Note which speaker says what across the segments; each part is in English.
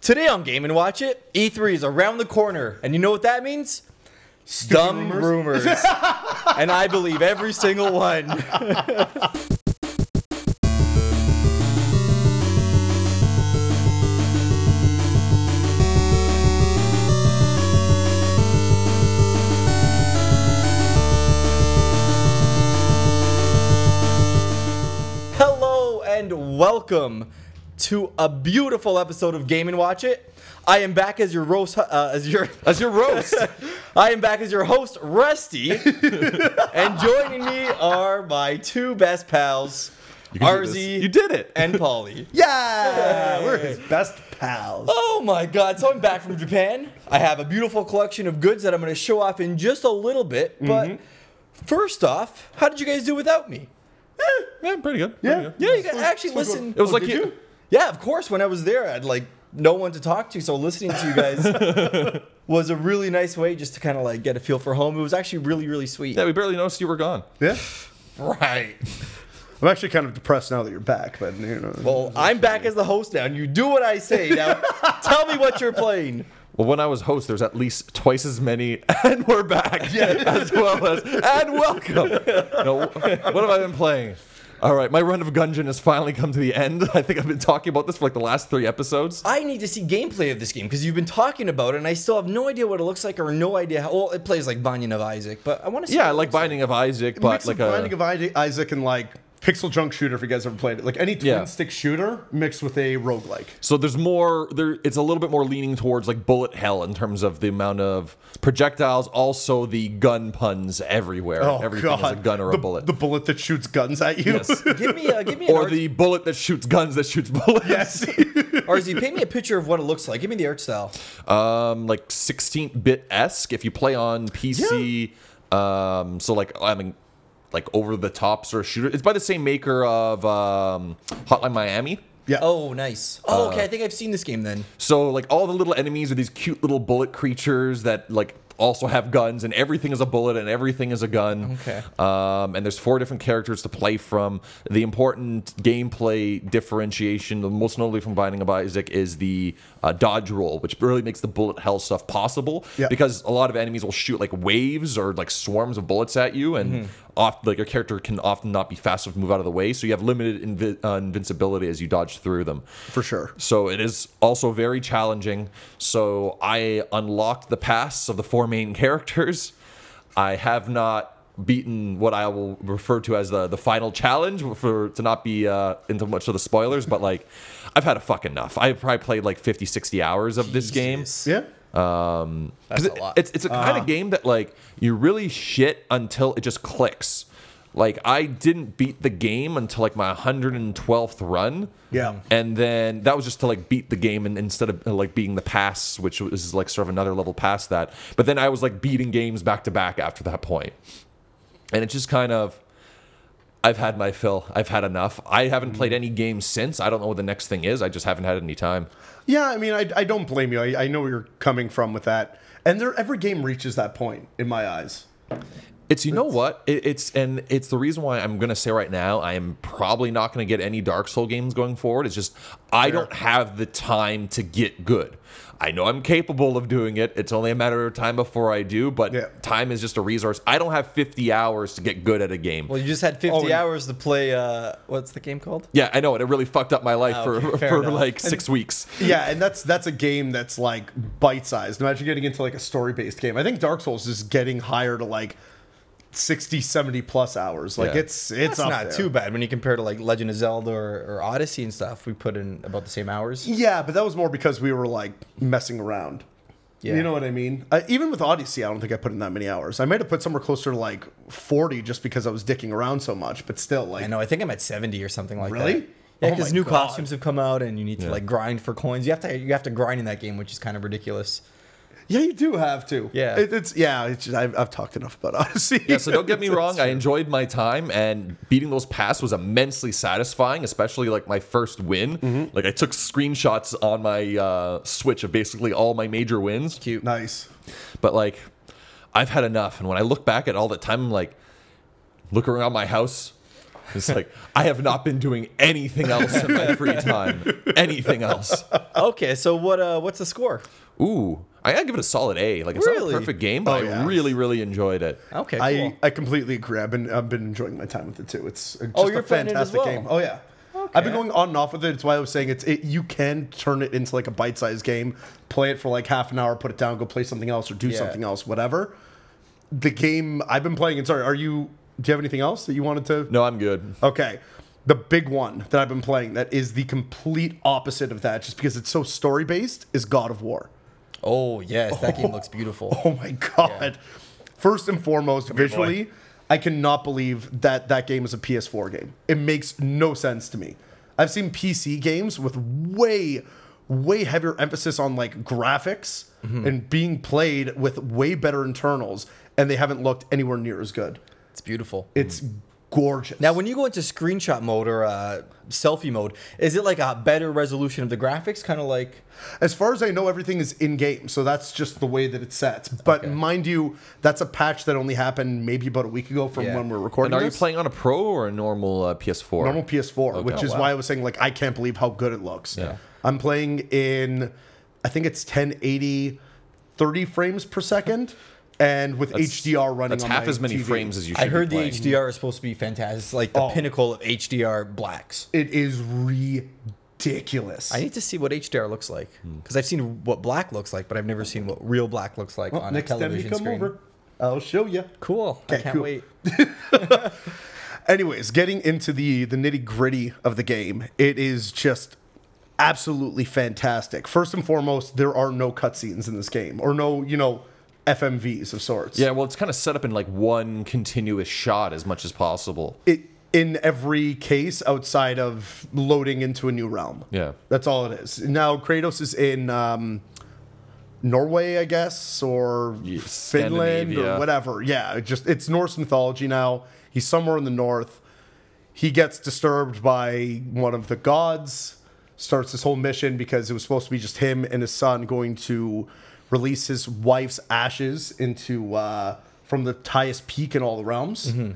Speaker 1: Today on Game and Watch It, E3 is around the corner, and you know what that means? Dumb rumors. and I believe every single one. Hello and welcome to a beautiful episode of Game and Watch It. I am back as your roast, uh, as your as your roast. I am back as your host, Rusty, and joining me are my two best pals, RZ
Speaker 2: You did it.
Speaker 1: and Polly.
Speaker 2: Uh,
Speaker 3: Yeah, we're his best pals.
Speaker 1: Oh my god, so I'm back from Japan. I have a beautiful collection of goods that I'm going to show off in just a little bit, but
Speaker 2: Mm-hmm.
Speaker 1: first off, how did you guys do without me?
Speaker 2: Yeah, pretty good.
Speaker 3: Yeah.
Speaker 2: pretty good.
Speaker 1: Yeah, you guys actually listen.
Speaker 2: It was
Speaker 3: Oh,
Speaker 2: like
Speaker 3: did
Speaker 2: you.
Speaker 3: you?
Speaker 1: Yeah, of course. When I was there, I had like no one to talk to, so listening to you guys was a really nice way just to kind of like get a feel for home. It was actually really, really sweet.
Speaker 2: Yeah, we barely noticed you were gone.
Speaker 3: Yeah,
Speaker 1: Right.
Speaker 3: I'm actually kind of depressed now that you're back, but you know.
Speaker 1: Well, I'm back as the host now, and you do what I say. Now, tell me what you're playing.
Speaker 2: Well, when I was host, there's at least twice as many, and we're back, as well as and welcome. No, what have I been playing? All right, my run of Gungeon has finally come to the end. I think I've been talking about this for like the last three episodes.
Speaker 1: I need to see gameplay of this game because you've been talking about it, and I still have no idea what it looks like or no idea how. Well, it plays like Binding of Isaac, but I want to see.
Speaker 2: Yeah, I
Speaker 1: what it
Speaker 2: like
Speaker 1: looks
Speaker 2: Binding of Isaac,
Speaker 3: But
Speaker 2: but
Speaker 3: mix
Speaker 2: like uh,
Speaker 3: like
Speaker 2: a
Speaker 3: of Binding of Ida- Isaac and like pixel junk shooter. If you guys ever played it, like any twin
Speaker 2: Yeah.
Speaker 3: stick shooter mixed with a roguelike.
Speaker 2: So there's more there it's a little bit more leaning towards like bullet hell in terms of the amount of projectiles, also the gun puns everywhere. Everything is a gun or a
Speaker 3: Oh, the,
Speaker 2: bullet.
Speaker 3: The bullet that shoots guns at you.
Speaker 2: yes.
Speaker 1: Give me, a, give me an
Speaker 2: or
Speaker 1: art-
Speaker 2: the bullet that shoots guns that shoots bullets.
Speaker 3: yes.
Speaker 1: RZ. Paint me a picture of what it looks like. Give me the art style.
Speaker 2: Um like 16-bit esque if you play on PC um so like I mean like over the top sort of shooter. It's by the same maker of um Hotline Miami.
Speaker 3: yeah.
Speaker 1: Oh, nice. Oh, okay. I think I've seen this game then.
Speaker 2: So like all the little enemies are these cute little bullet creatures that like also have guns and everything is a bullet and everything is a gun.
Speaker 1: Okay.
Speaker 2: Um, and there's four different characters to play from. The important gameplay differentiation, most notably from Binding of Isaac, is the uh, dodge roll, which really makes the bullet hell stuff possible.
Speaker 3: Yeah.
Speaker 2: Because a lot of enemies will shoot like waves or like swarms of bullets at you, and oft- like your character can often not be fast enough to move out of the way, so you have limited invi- uh, invincibility as you dodge through them.
Speaker 3: for sure.
Speaker 2: So it is also very challenging. So I unlocked the pasts of the four main characters. I have not beaten what I will refer to as the the final challenge for to not be uh, into much of the spoilers, but like I've had a fuck enough. I probably played like 50, 60 hours of this game.
Speaker 1: Jesus.
Speaker 3: Yeah.
Speaker 2: 'Cause
Speaker 1: That's
Speaker 2: it-
Speaker 1: a lot.
Speaker 2: It's it's a kind of game that like you really shit until it just clicks. Like I didn't beat the game until like my 112th run.
Speaker 3: Yeah.
Speaker 2: And then that was just to like beat the game and instead of uh, like beating the pass, which was like sort of another level past that. But then I was like beating games back to back after that point. And it's just kind of I've had my fill. I've had enough. I haven't played any games since. I don't know what the next thing is. I just haven't had any time.
Speaker 3: Yeah. I mean, I, I don't blame you. I, I know where you're coming from with that. And there, every game reaches that point in my eyes.
Speaker 2: It's you know what it, it's and it's the reason why I'm gonna say right now I am probably not gonna get any Dark Soul games going forward. It's just I don't have the time to get good. I know I'm capable of doing it. It's only a matter of time before I do. But
Speaker 3: Yeah.
Speaker 2: time is just a resource. I don't have 50 hours to get good at a game.
Speaker 1: Well, you just had 50
Speaker 3: Oh, and-
Speaker 1: hours to play. Uh, what's the game called?
Speaker 2: yeah, I know it. It really fucked up my life
Speaker 1: Ah,
Speaker 2: for
Speaker 1: okay, fair
Speaker 2: for
Speaker 1: enough.
Speaker 2: like six weeks.
Speaker 3: yeah, and that's that's a game that's like bite sized. Imagine getting into like a story based game. I think Dark Souls is getting higher to like 60, 70 plus hours. Like
Speaker 2: Yeah.
Speaker 3: it's it's
Speaker 1: That's
Speaker 3: up
Speaker 1: not
Speaker 3: there.
Speaker 1: too bad when you compare to like Legend of Zelda or, or Odyssey and stuff. We put in about the same hours.
Speaker 3: Yeah, but that was more because we were like messing around.
Speaker 1: Yeah.
Speaker 3: You know what I mean? I, even with Odyssey, I don't think I put in that many hours. I might have put somewhere closer to like forty, just because I was dicking around so much. But still, like
Speaker 1: I know. I think I'm at 70 or something like that.
Speaker 3: Really?
Speaker 1: Yeah,
Speaker 3: Oh
Speaker 1: because
Speaker 3: my
Speaker 1: new
Speaker 3: God.
Speaker 1: costumes have come out, and you need to like grind for coins. You have to you have to grind in that game, which is kind of ridiculous.
Speaker 3: yeah, you do have to.
Speaker 1: Yeah.
Speaker 3: it, it's yeah. It's just, I've, I've talked enough about Odyssey.
Speaker 2: yeah, so don't get me wrong. I enjoyed my time, and beating those pass was immensely satisfying, especially like my first win. Like I took screenshots on my uh, Switch of basically all my major wins.
Speaker 1: Cute.
Speaker 3: nice.
Speaker 2: But like, I've had enough. And when I look back at all that time, I'm like, look around my house. It's like I have not been doing anything else in my free time. Anything else.
Speaker 1: Okay, so what? Uh, what's the score?
Speaker 2: Ooh, I gotta give it a solid A. Like it's
Speaker 1: Really?
Speaker 2: not a perfect game, but
Speaker 3: Oh, yeah.
Speaker 2: I really, really enjoyed it.
Speaker 1: Okay, cool.
Speaker 3: I, I completely agree. I've been I've been enjoying my time with it too. It's just
Speaker 1: Oh, you're
Speaker 3: a
Speaker 1: playing it as
Speaker 3: fantastic
Speaker 1: well.
Speaker 3: game. Oh yeah. I've
Speaker 1: Okay.
Speaker 3: been going on and off with it. It's why I was saying it's it, you can turn it into like a bite-sized game, play it for like half an hour, put it down, go play something else or do
Speaker 1: Yeah.
Speaker 3: something else, whatever. The game I've been playing. And sorry, are you? Do you have anything else that you wanted to?
Speaker 2: No, I'm good.
Speaker 3: Okay. The big one that I've been playing that is the complete opposite of that, just because it's so story based, is God of War.
Speaker 1: oh yes, that game looks beautiful.
Speaker 3: Oh my god. First and foremost, visually, I cannot believe that that game is a PS4 game. It makes no sense to me. I've seen PC games with way way heavier emphasis on like graphics
Speaker 2: Mm-hmm.
Speaker 3: and being played with way better internals and they haven't looked anywhere near as good.
Speaker 2: Mm-hmm.
Speaker 1: It's beautiful.
Speaker 3: It's gorgeous.
Speaker 1: Now, when you go into screenshot mode or uh, selfie mode, is it like a better resolution of the graphics? Kind of like
Speaker 3: As far as I know, everything is in game, so that's just the way that it's set. But mind you, that's a patch that only happened maybe about a week ago from
Speaker 1: Yeah.
Speaker 3: when we're
Speaker 2: And
Speaker 3: recording.
Speaker 2: are you
Speaker 3: this.
Speaker 2: playing on a pro or a normal uh, PS4?
Speaker 3: normal PS4, which
Speaker 2: Okay.
Speaker 3: is
Speaker 2: Oh,
Speaker 3: why I was saying like I can't believe how good it looks.
Speaker 2: Yeah.
Speaker 3: I'm playing in, I think it's 1080, 30 frames per second, and with HDR running.
Speaker 2: That's
Speaker 3: on
Speaker 2: half
Speaker 3: my
Speaker 2: as many
Speaker 3: TV.
Speaker 2: frames as you should.
Speaker 1: I heard
Speaker 2: be
Speaker 1: the
Speaker 2: playing.
Speaker 1: HDR is supposed to be fantastic. It's like the
Speaker 3: Oh.
Speaker 1: pinnacle of HDR blacks.
Speaker 3: It is ridiculous.
Speaker 1: I need to see what HDR looks like because I've seen what black looks like, but I've never seen what real black looks like
Speaker 3: Well,
Speaker 1: on
Speaker 3: next
Speaker 1: a
Speaker 3: time you
Speaker 1: television
Speaker 3: come
Speaker 1: screen.
Speaker 3: over, I'll show you.
Speaker 1: Cool. I
Speaker 3: Okay,
Speaker 1: can't
Speaker 3: cool.
Speaker 1: wait.
Speaker 3: Anyways, getting into the the nitty gritty of the game, it is just absolutely fantastic. First and foremost, there are no cutscenes in this game, or no, you know, FMVs of sorts.
Speaker 2: Yeah, well, it's kind of set up in like one continuous shot as much as possible.
Speaker 3: it in every case outside of loading into a new realm.
Speaker 2: Yeah.
Speaker 3: That's all it is. Now Kratos is in um, Norway, I guess, or
Speaker 2: Yeah,
Speaker 3: Finland or
Speaker 2: Scandinavia.
Speaker 3: whatever. Yeah, it just it's Norse mythology now. He's somewhere in the north. He gets disturbed by one of the gods, starts this whole mission because it was supposed to be just him and his son going to release his wife's ashes into uh, from the highest peak in all the realms.
Speaker 2: Mm-hmm.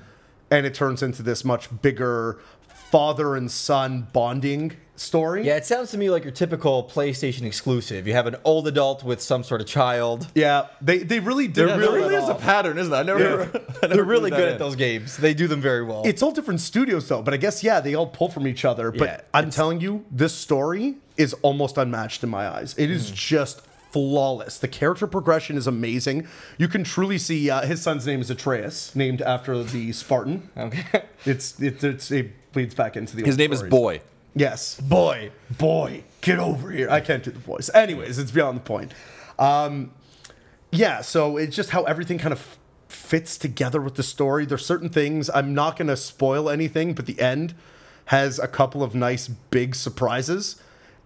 Speaker 3: And it turns into this much bigger father and son bonding story.
Speaker 1: Yeah, it sounds to me like your typical PlayStation exclusive. You have an old adult with some sort of child.
Speaker 3: Yeah, they they really did.
Speaker 2: Yeah, there
Speaker 3: really
Speaker 2: really is a pattern, isn't there? I never. I never
Speaker 1: They're really
Speaker 2: knew
Speaker 1: good
Speaker 2: that.
Speaker 1: at those games. They do them very well.
Speaker 3: It's all different studios though, but I guess yeah, they all pull from each other. But
Speaker 1: Yeah,
Speaker 3: I'm telling you, this story is almost unmatched in my eyes. It
Speaker 2: Hmm.
Speaker 3: is just flawless. The character progression is amazing. You can truly see uh, his son's name is Atreus, named after the Spartan.
Speaker 1: okay.
Speaker 3: It's it's, it's it bleeds back into the.
Speaker 2: His
Speaker 3: old
Speaker 2: name is
Speaker 3: stories.
Speaker 2: Boy.
Speaker 3: Yes. Boy, boy, get over here. I can't do the voice. Anyways, it's beyond the point. Um, yeah, so it's just how everything kind of f- fits together with the story. There's certain things, I'm not going to spoil anything, but the end has a couple of nice big surprises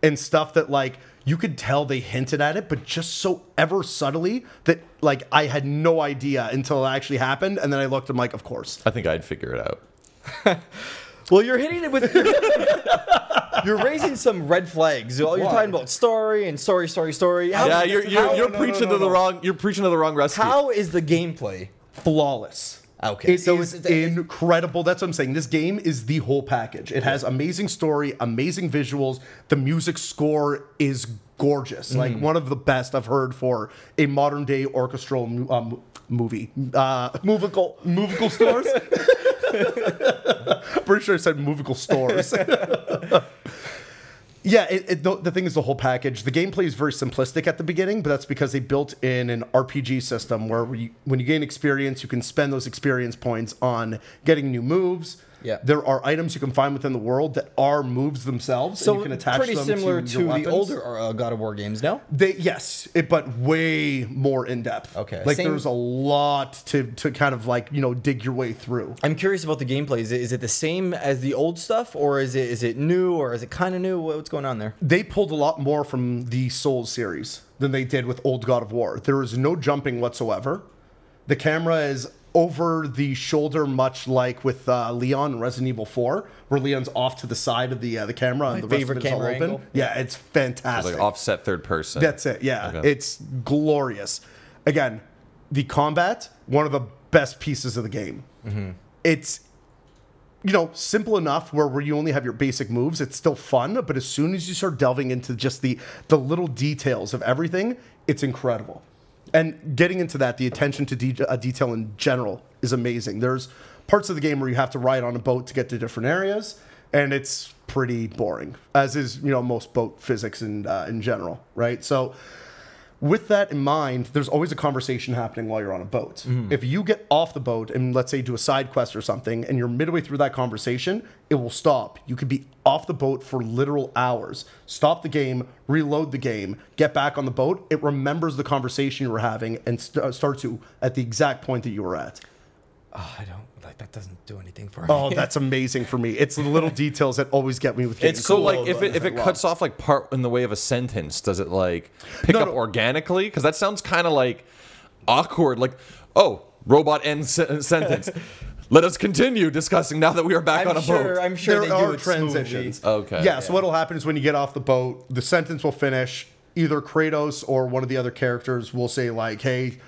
Speaker 3: and stuff that, like, you could tell they hinted at it, but just so ever subtly that, like, I had no idea until it actually happened. And then I looked, I'm like, of course.
Speaker 2: I think I'd figure it out.
Speaker 1: Well, you're hitting it with. you're raising some red flags. All you're
Speaker 3: Why?
Speaker 1: talking about story and story, story, story.
Speaker 3: Oh,
Speaker 1: How,
Speaker 2: yeah, you're you're,
Speaker 1: how-
Speaker 2: you're
Speaker 3: no, no,
Speaker 2: preaching
Speaker 3: no,
Speaker 2: to the
Speaker 3: no.
Speaker 2: wrong. You're preaching to the wrong rescue.
Speaker 1: how is the gameplay?
Speaker 3: flawless.
Speaker 1: Okay,
Speaker 3: It
Speaker 1: so
Speaker 3: is
Speaker 1: it's- it's-
Speaker 3: incredible. That's what I'm saying. This game is the whole package. It has amazing story, amazing visuals. The music score is
Speaker 1: Mm.
Speaker 3: gorgeous. Like one of the best I've heard for a modern day orchestral mu- um, movie. Uh, movical movical stores. Pretty sure I said movical stores. Yeah, it, it, the, the thing is the whole package. The gameplay is very simplistic at the beginning, but that's because they built in an RPG system where we, when you gain experience, you can spend those experience points on getting new moves.
Speaker 1: Yeah.
Speaker 3: there are items you can find within the world that are moves themselves,
Speaker 1: So
Speaker 3: and you can attach
Speaker 1: pretty
Speaker 3: them
Speaker 1: similar
Speaker 3: to,
Speaker 1: to,
Speaker 3: your
Speaker 1: the
Speaker 3: weapons.
Speaker 1: older uh, God of War games, no?
Speaker 3: They yes, it, but way more in depth.
Speaker 1: Okay.
Speaker 3: like
Speaker 1: Same-
Speaker 3: there's a lot to to kind of like you know dig your way through.
Speaker 1: I'm curious about the gameplay. Is it, is it the same as the old stuff, or is it is it new, or is it kind of new? What- What's going on there?
Speaker 3: they pulled a lot more from the Souls series than they did with Old God of War. There is no jumping whatsoever. The camera is over the shoulder, much like with uh, Leon in Resident Evil 4, where Leon's off to the side of the uh, the camera and the rest
Speaker 1: favorite
Speaker 3: of it is all
Speaker 1: camera
Speaker 3: open.
Speaker 1: angle.
Speaker 3: Yeah, it's fantastic.
Speaker 2: like offset third person.
Speaker 3: That's it. Yeah,
Speaker 2: Okay.
Speaker 3: it's glorious. Again,
Speaker 1: Mm-hmm.
Speaker 3: the combat, one of the best pieces of the game. It's you know, simple enough where, where you only have your basic moves. It's still fun, but as soon as you start delving into just the the little details of everything, it's incredible. And getting into that, the attention to de- uh, detail in general is amazing. There's parts of the game where you have to ride on a boat to get to different areas, and it's pretty boring, as is you know most boat physics in uh, in general, right? So with that in mind, there's always a conversation happening while you're on a boat. If you get off the boat and let's say do a side quest or something, and you're midway through that conversation, it will stop. You could be off the boat for literal hours. Stop the game, reload the game, get back on the boat. It remembers the conversation you were having and st- uh, starts you at the exact point that you were at.
Speaker 1: Oh, I don't like that. Doesn't do anything for me.
Speaker 3: Oh, that's amazing for me. It's the little details that always get me with games.
Speaker 2: It's so
Speaker 1: cool,
Speaker 2: like if
Speaker 1: but
Speaker 2: it, if
Speaker 3: I
Speaker 2: it
Speaker 3: love-
Speaker 2: cuts off like part in the way of a sentence, does it like pick
Speaker 3: No,
Speaker 2: up
Speaker 3: no.
Speaker 2: organically? Because that sounds kind of like awkward. Like, oh, robot end sen- sentence. Let us continue discussing now that we are back on
Speaker 1: I'm
Speaker 2: a
Speaker 1: sure.
Speaker 2: boat.
Speaker 1: I'm sure
Speaker 3: there
Speaker 1: they
Speaker 3: are
Speaker 1: do it
Speaker 3: transitions.
Speaker 1: transitions.
Speaker 2: Okay.
Speaker 3: Yeah, so what'll happen is when you get off the boat, the sentence will finish. Either Kratos or one of the other characters will say like, "Hey,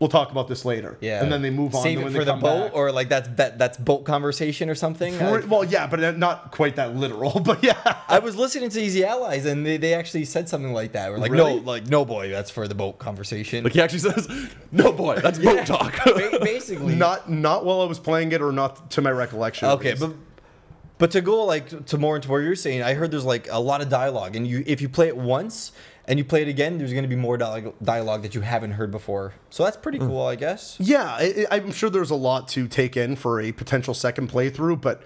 Speaker 3: we'll talk about this later."
Speaker 1: Yeah,
Speaker 3: and then they move on.
Speaker 1: Save
Speaker 3: and when
Speaker 1: it
Speaker 3: they
Speaker 1: for the
Speaker 3: come
Speaker 1: boat,
Speaker 3: back-
Speaker 1: or like that's that, that's boat conversation or something. I-
Speaker 3: Or- well, yeah, but not quite that literal. But yeah,
Speaker 1: I was listening to Easy Allies, and they, they actually said something like that. We're like,
Speaker 3: Really?
Speaker 1: no, like no, boy, that's for the boat conversation.
Speaker 2: Like he actually says, "No boy, that's boat talk."
Speaker 1: Ba- basically,
Speaker 3: not not while I was playing it, or not to my recollection. at
Speaker 1: okay,
Speaker 3: least.
Speaker 1: but but to go like to more into what you're saying, I heard there's like a lot of dialogue, and you if you play it once and you play it again, there's going to be more dialogue, dialogue that you haven't heard before. So that's pretty
Speaker 3: Hmm.
Speaker 1: cool, I guess.
Speaker 3: Yeah, I, I- I'm sure there's a lot to take in for a potential second playthrough, but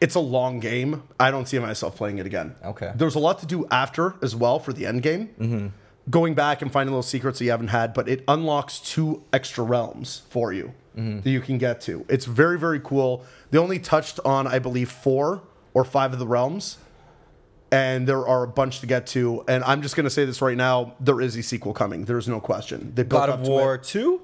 Speaker 3: it's a long game. I don't see myself playing it again.
Speaker 1: Okay.
Speaker 3: There's a lot to do after as well for the end game. Mm-hmm. Going back and finding little secrets that you haven't had, but it unlocks two extra realms for you
Speaker 1: Mm-hmm.
Speaker 3: that you can get to. It's very, very cool. They only touched on, I believe, four or five of the realms and there are a bunch to get to. And I'm just going to say this right now: there is a sequel coming. There is no question. They built
Speaker 1: God
Speaker 3: up
Speaker 1: of
Speaker 3: to it.
Speaker 1: War Two,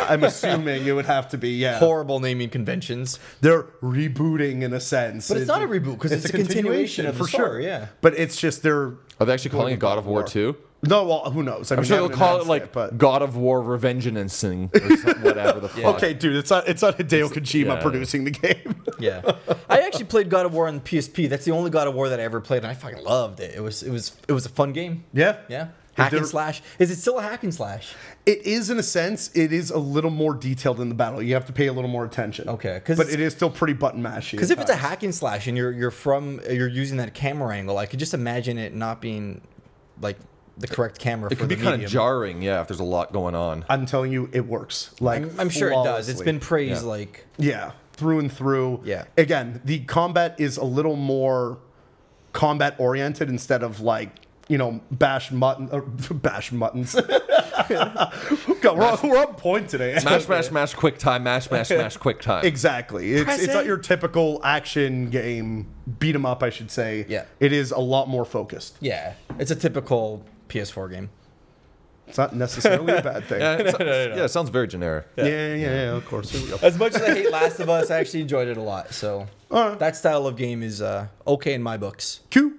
Speaker 3: I'm assuming it would have to be yeah.
Speaker 1: horrible naming conventions.
Speaker 3: They're rebooting in a sense,
Speaker 1: But it's not a reboot, 'cause it's a continuation of the story, yeah.
Speaker 3: but it's just they're.
Speaker 2: Are they actually calling it God of War
Speaker 3: too?
Speaker 2: Two?
Speaker 3: No, well, who knows? I
Speaker 2: I'm
Speaker 3: mean,
Speaker 2: sure
Speaker 3: they
Speaker 2: they'll
Speaker 3: haven't
Speaker 2: call it
Speaker 3: announced
Speaker 2: like
Speaker 3: but-
Speaker 2: God of War Revengeance and Sing or some- whatever the fuck.
Speaker 3: Okay, dude, it's not it's not Hideo Kojima
Speaker 2: yeah.
Speaker 3: producing the game.
Speaker 1: Yeah, I actually played God of War on PSP. That's the only God of War that I ever played, and I fucking loved it. It was it was it was a fun game.
Speaker 3: yeah,
Speaker 1: Yeah. Hack
Speaker 3: there-
Speaker 1: and slash. Is it still a hack and slash?
Speaker 3: It is in a sense. It is a little more detailed in the battle. You have to pay a little more attention.
Speaker 1: Okay, 'cause-
Speaker 3: but it is still pretty button mashy.
Speaker 1: Because
Speaker 3: at
Speaker 1: if it's a
Speaker 3: times.
Speaker 1: hack and slash and you're you're from you're using that camera angle, I could just imagine it not being like the correct camera
Speaker 2: It
Speaker 1: for
Speaker 2: could
Speaker 1: the
Speaker 2: be kind of
Speaker 1: medium.
Speaker 2: jarring, yeah, if there's a lot going on.
Speaker 3: I'm telling you, it works. Like
Speaker 1: I'm sure it does. It's
Speaker 3: flawlessly.
Speaker 1: been praised
Speaker 2: Yeah.
Speaker 1: like
Speaker 3: Yeah, through and through.
Speaker 1: Yeah.
Speaker 3: Again, the combat is a little more combat oriented instead of like you know bash mutton or bash muttons. God, we're, on, we're on point today.
Speaker 2: Mash, mash, mash, quick time, mash, mash, mash, quick time.
Speaker 3: Exactly. It's
Speaker 1: Press
Speaker 3: it's not
Speaker 1: it.
Speaker 3: your typical action game beat 'em up, I should say.
Speaker 1: Yeah.
Speaker 3: It is a lot more focused.
Speaker 1: yeah, it's a typical PS4 game.
Speaker 3: It's not necessarily a bad thing.
Speaker 2: Yeah,
Speaker 3: Yeah,
Speaker 2: it, so- yeah, it sounds very generic.
Speaker 3: yeah, yeah, yeah, of course. Here we go.
Speaker 1: As much as I hate Last of Us, I actually enjoyed it a lot. So
Speaker 3: Alright.
Speaker 1: that style of game is uh, okay in my books.
Speaker 3: Q.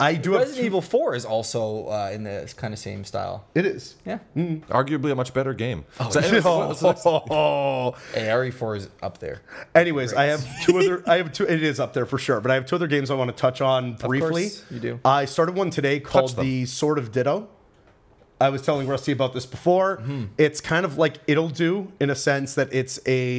Speaker 3: I do have
Speaker 1: Resident
Speaker 3: two.
Speaker 1: Evil 4 is also uh, in the kind of same style.
Speaker 3: It is.
Speaker 1: Yeah.
Speaker 2: Arguably a much better game.
Speaker 1: Oh,
Speaker 2: So anyways, what's the next-
Speaker 3: Oh.
Speaker 1: Hey, RE4 E is up there.
Speaker 3: Anyways, I have two other. I have two. It is up there for sure, but I have two other games I want to touch on briefly.
Speaker 1: course you do.
Speaker 3: I started one today called
Speaker 2: them.
Speaker 3: the Sword of Ditto. I was telling Rusty about this before.
Speaker 1: Mm-hmm.
Speaker 3: It's kind of like it'll do in a sense that it's a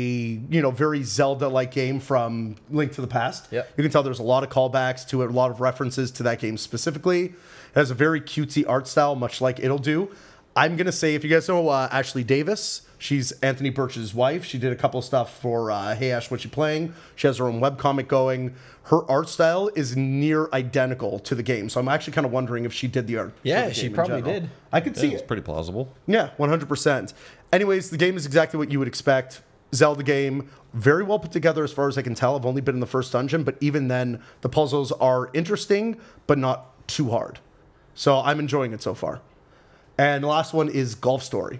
Speaker 3: you know very Zelda-like game from Link to the Past.
Speaker 1: Yep.
Speaker 3: You can tell there's a lot of callbacks to it, a lot of references to that game specifically. It has a very cutesy art style, much like it'll do. I'm gonna say if you guys know uh, Ashley Davis, she's Anthony Birch's wife. She did a couple of stuff for uh, Hey Ash, what you playing? She has her own webcomic going. Her art style is near identical to the game, so I'm actually kind of wondering if she did the art. for
Speaker 1: Yeah,
Speaker 3: the
Speaker 1: she
Speaker 3: game in
Speaker 1: probably
Speaker 3: general.
Speaker 1: did.
Speaker 3: I could see
Speaker 2: It's
Speaker 3: it.
Speaker 2: pretty plausible.
Speaker 3: Yeah, 100%. Anyways, the game is exactly what you would expect. Zelda game, very well put together as far as I can tell. I've only been in the first dungeon, but even then, the puzzles are interesting, but not too hard. So I'm enjoying it so far. And the last one is Golf Story.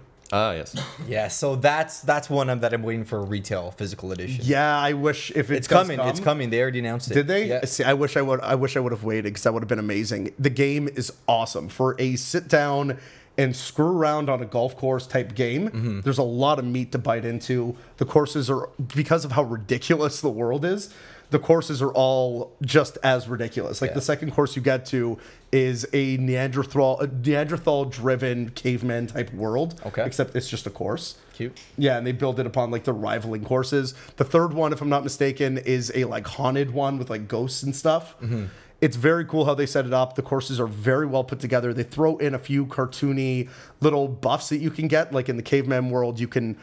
Speaker 2: Ah, yes.
Speaker 1: Yeah, so that's that's one I'm, that I'm waiting for a retail physical edition.
Speaker 3: Yeah, I wish if it
Speaker 1: It's
Speaker 3: does
Speaker 1: coming.
Speaker 3: come-
Speaker 1: It's coming. They already announced it.
Speaker 3: Did they?
Speaker 1: Yeah.
Speaker 3: See, I wish I would. I wish I would have waited because that would have been amazing. The game is awesome for a sit down and screw around on a golf course type game.
Speaker 1: Mm-hmm.
Speaker 3: There's a lot of meat to bite into. The courses are because of how ridiculous the world is. the courses are all just as ridiculous. Like
Speaker 1: Yeah.
Speaker 3: the second course you get to is a Neanderthal, Neanderthal driven caveman type world.
Speaker 1: Okay.
Speaker 3: Except it's just a course.
Speaker 1: Cute.
Speaker 3: Yeah, and they build it upon like the rivaling courses. The third one, if I'm not mistaken, is a like haunted one with like ghosts and stuff.
Speaker 1: Mm-hmm.
Speaker 3: It's very cool how they set it up. The courses are very well put together. They throw in a few cartoony little buffs that you can get. Like in the caveman world, you can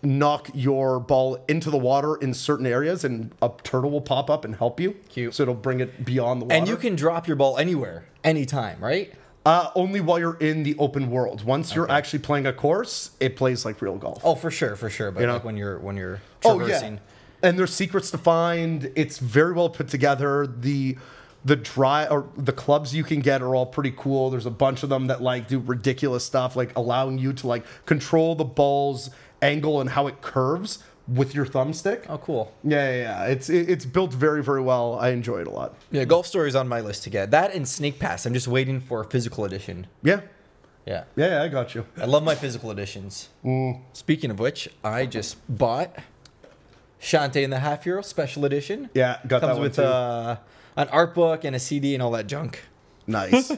Speaker 3: knock your ball into the water in certain areas and a turtle will pop up and help you.
Speaker 1: Cute.
Speaker 3: So it'll bring it beyond the water.
Speaker 1: And you can drop your ball anywhere, anytime, right?
Speaker 3: uh, only while you're in the open world. Once you're actually playing a course, it plays like real golf.
Speaker 1: Oh, for sure, for sure. But
Speaker 3: know?
Speaker 1: like when you're when you're
Speaker 3: Oh
Speaker 1: traversing.
Speaker 3: yeah, and there's secrets to find. It's very well put together. The the dry or the clubs you can get are all pretty cool. There's a bunch of them that like do ridiculous stuff, like allowing you to like control the ball's angle and how it curves with your thumbstick.
Speaker 1: Oh, cool.
Speaker 3: Yeah, yeah, yeah. It's it, it's built very very well. I enjoy it a lot.
Speaker 1: Yeah, golf stories on my list to get. That and Snake Pass. I'm just waiting for a physical edition.
Speaker 3: Yeah,
Speaker 1: Yeah.
Speaker 3: yeah, yeah I got you.
Speaker 1: I love my physical editions.
Speaker 3: Mm.
Speaker 1: Speaking of which, I just bought Shantae and the Half Euro Special Edition.
Speaker 3: Yeah, got
Speaker 1: Comes
Speaker 3: that one
Speaker 1: with
Speaker 3: too.
Speaker 1: Uh, an art book and a CD and all that junk.
Speaker 3: Nice.
Speaker 1: But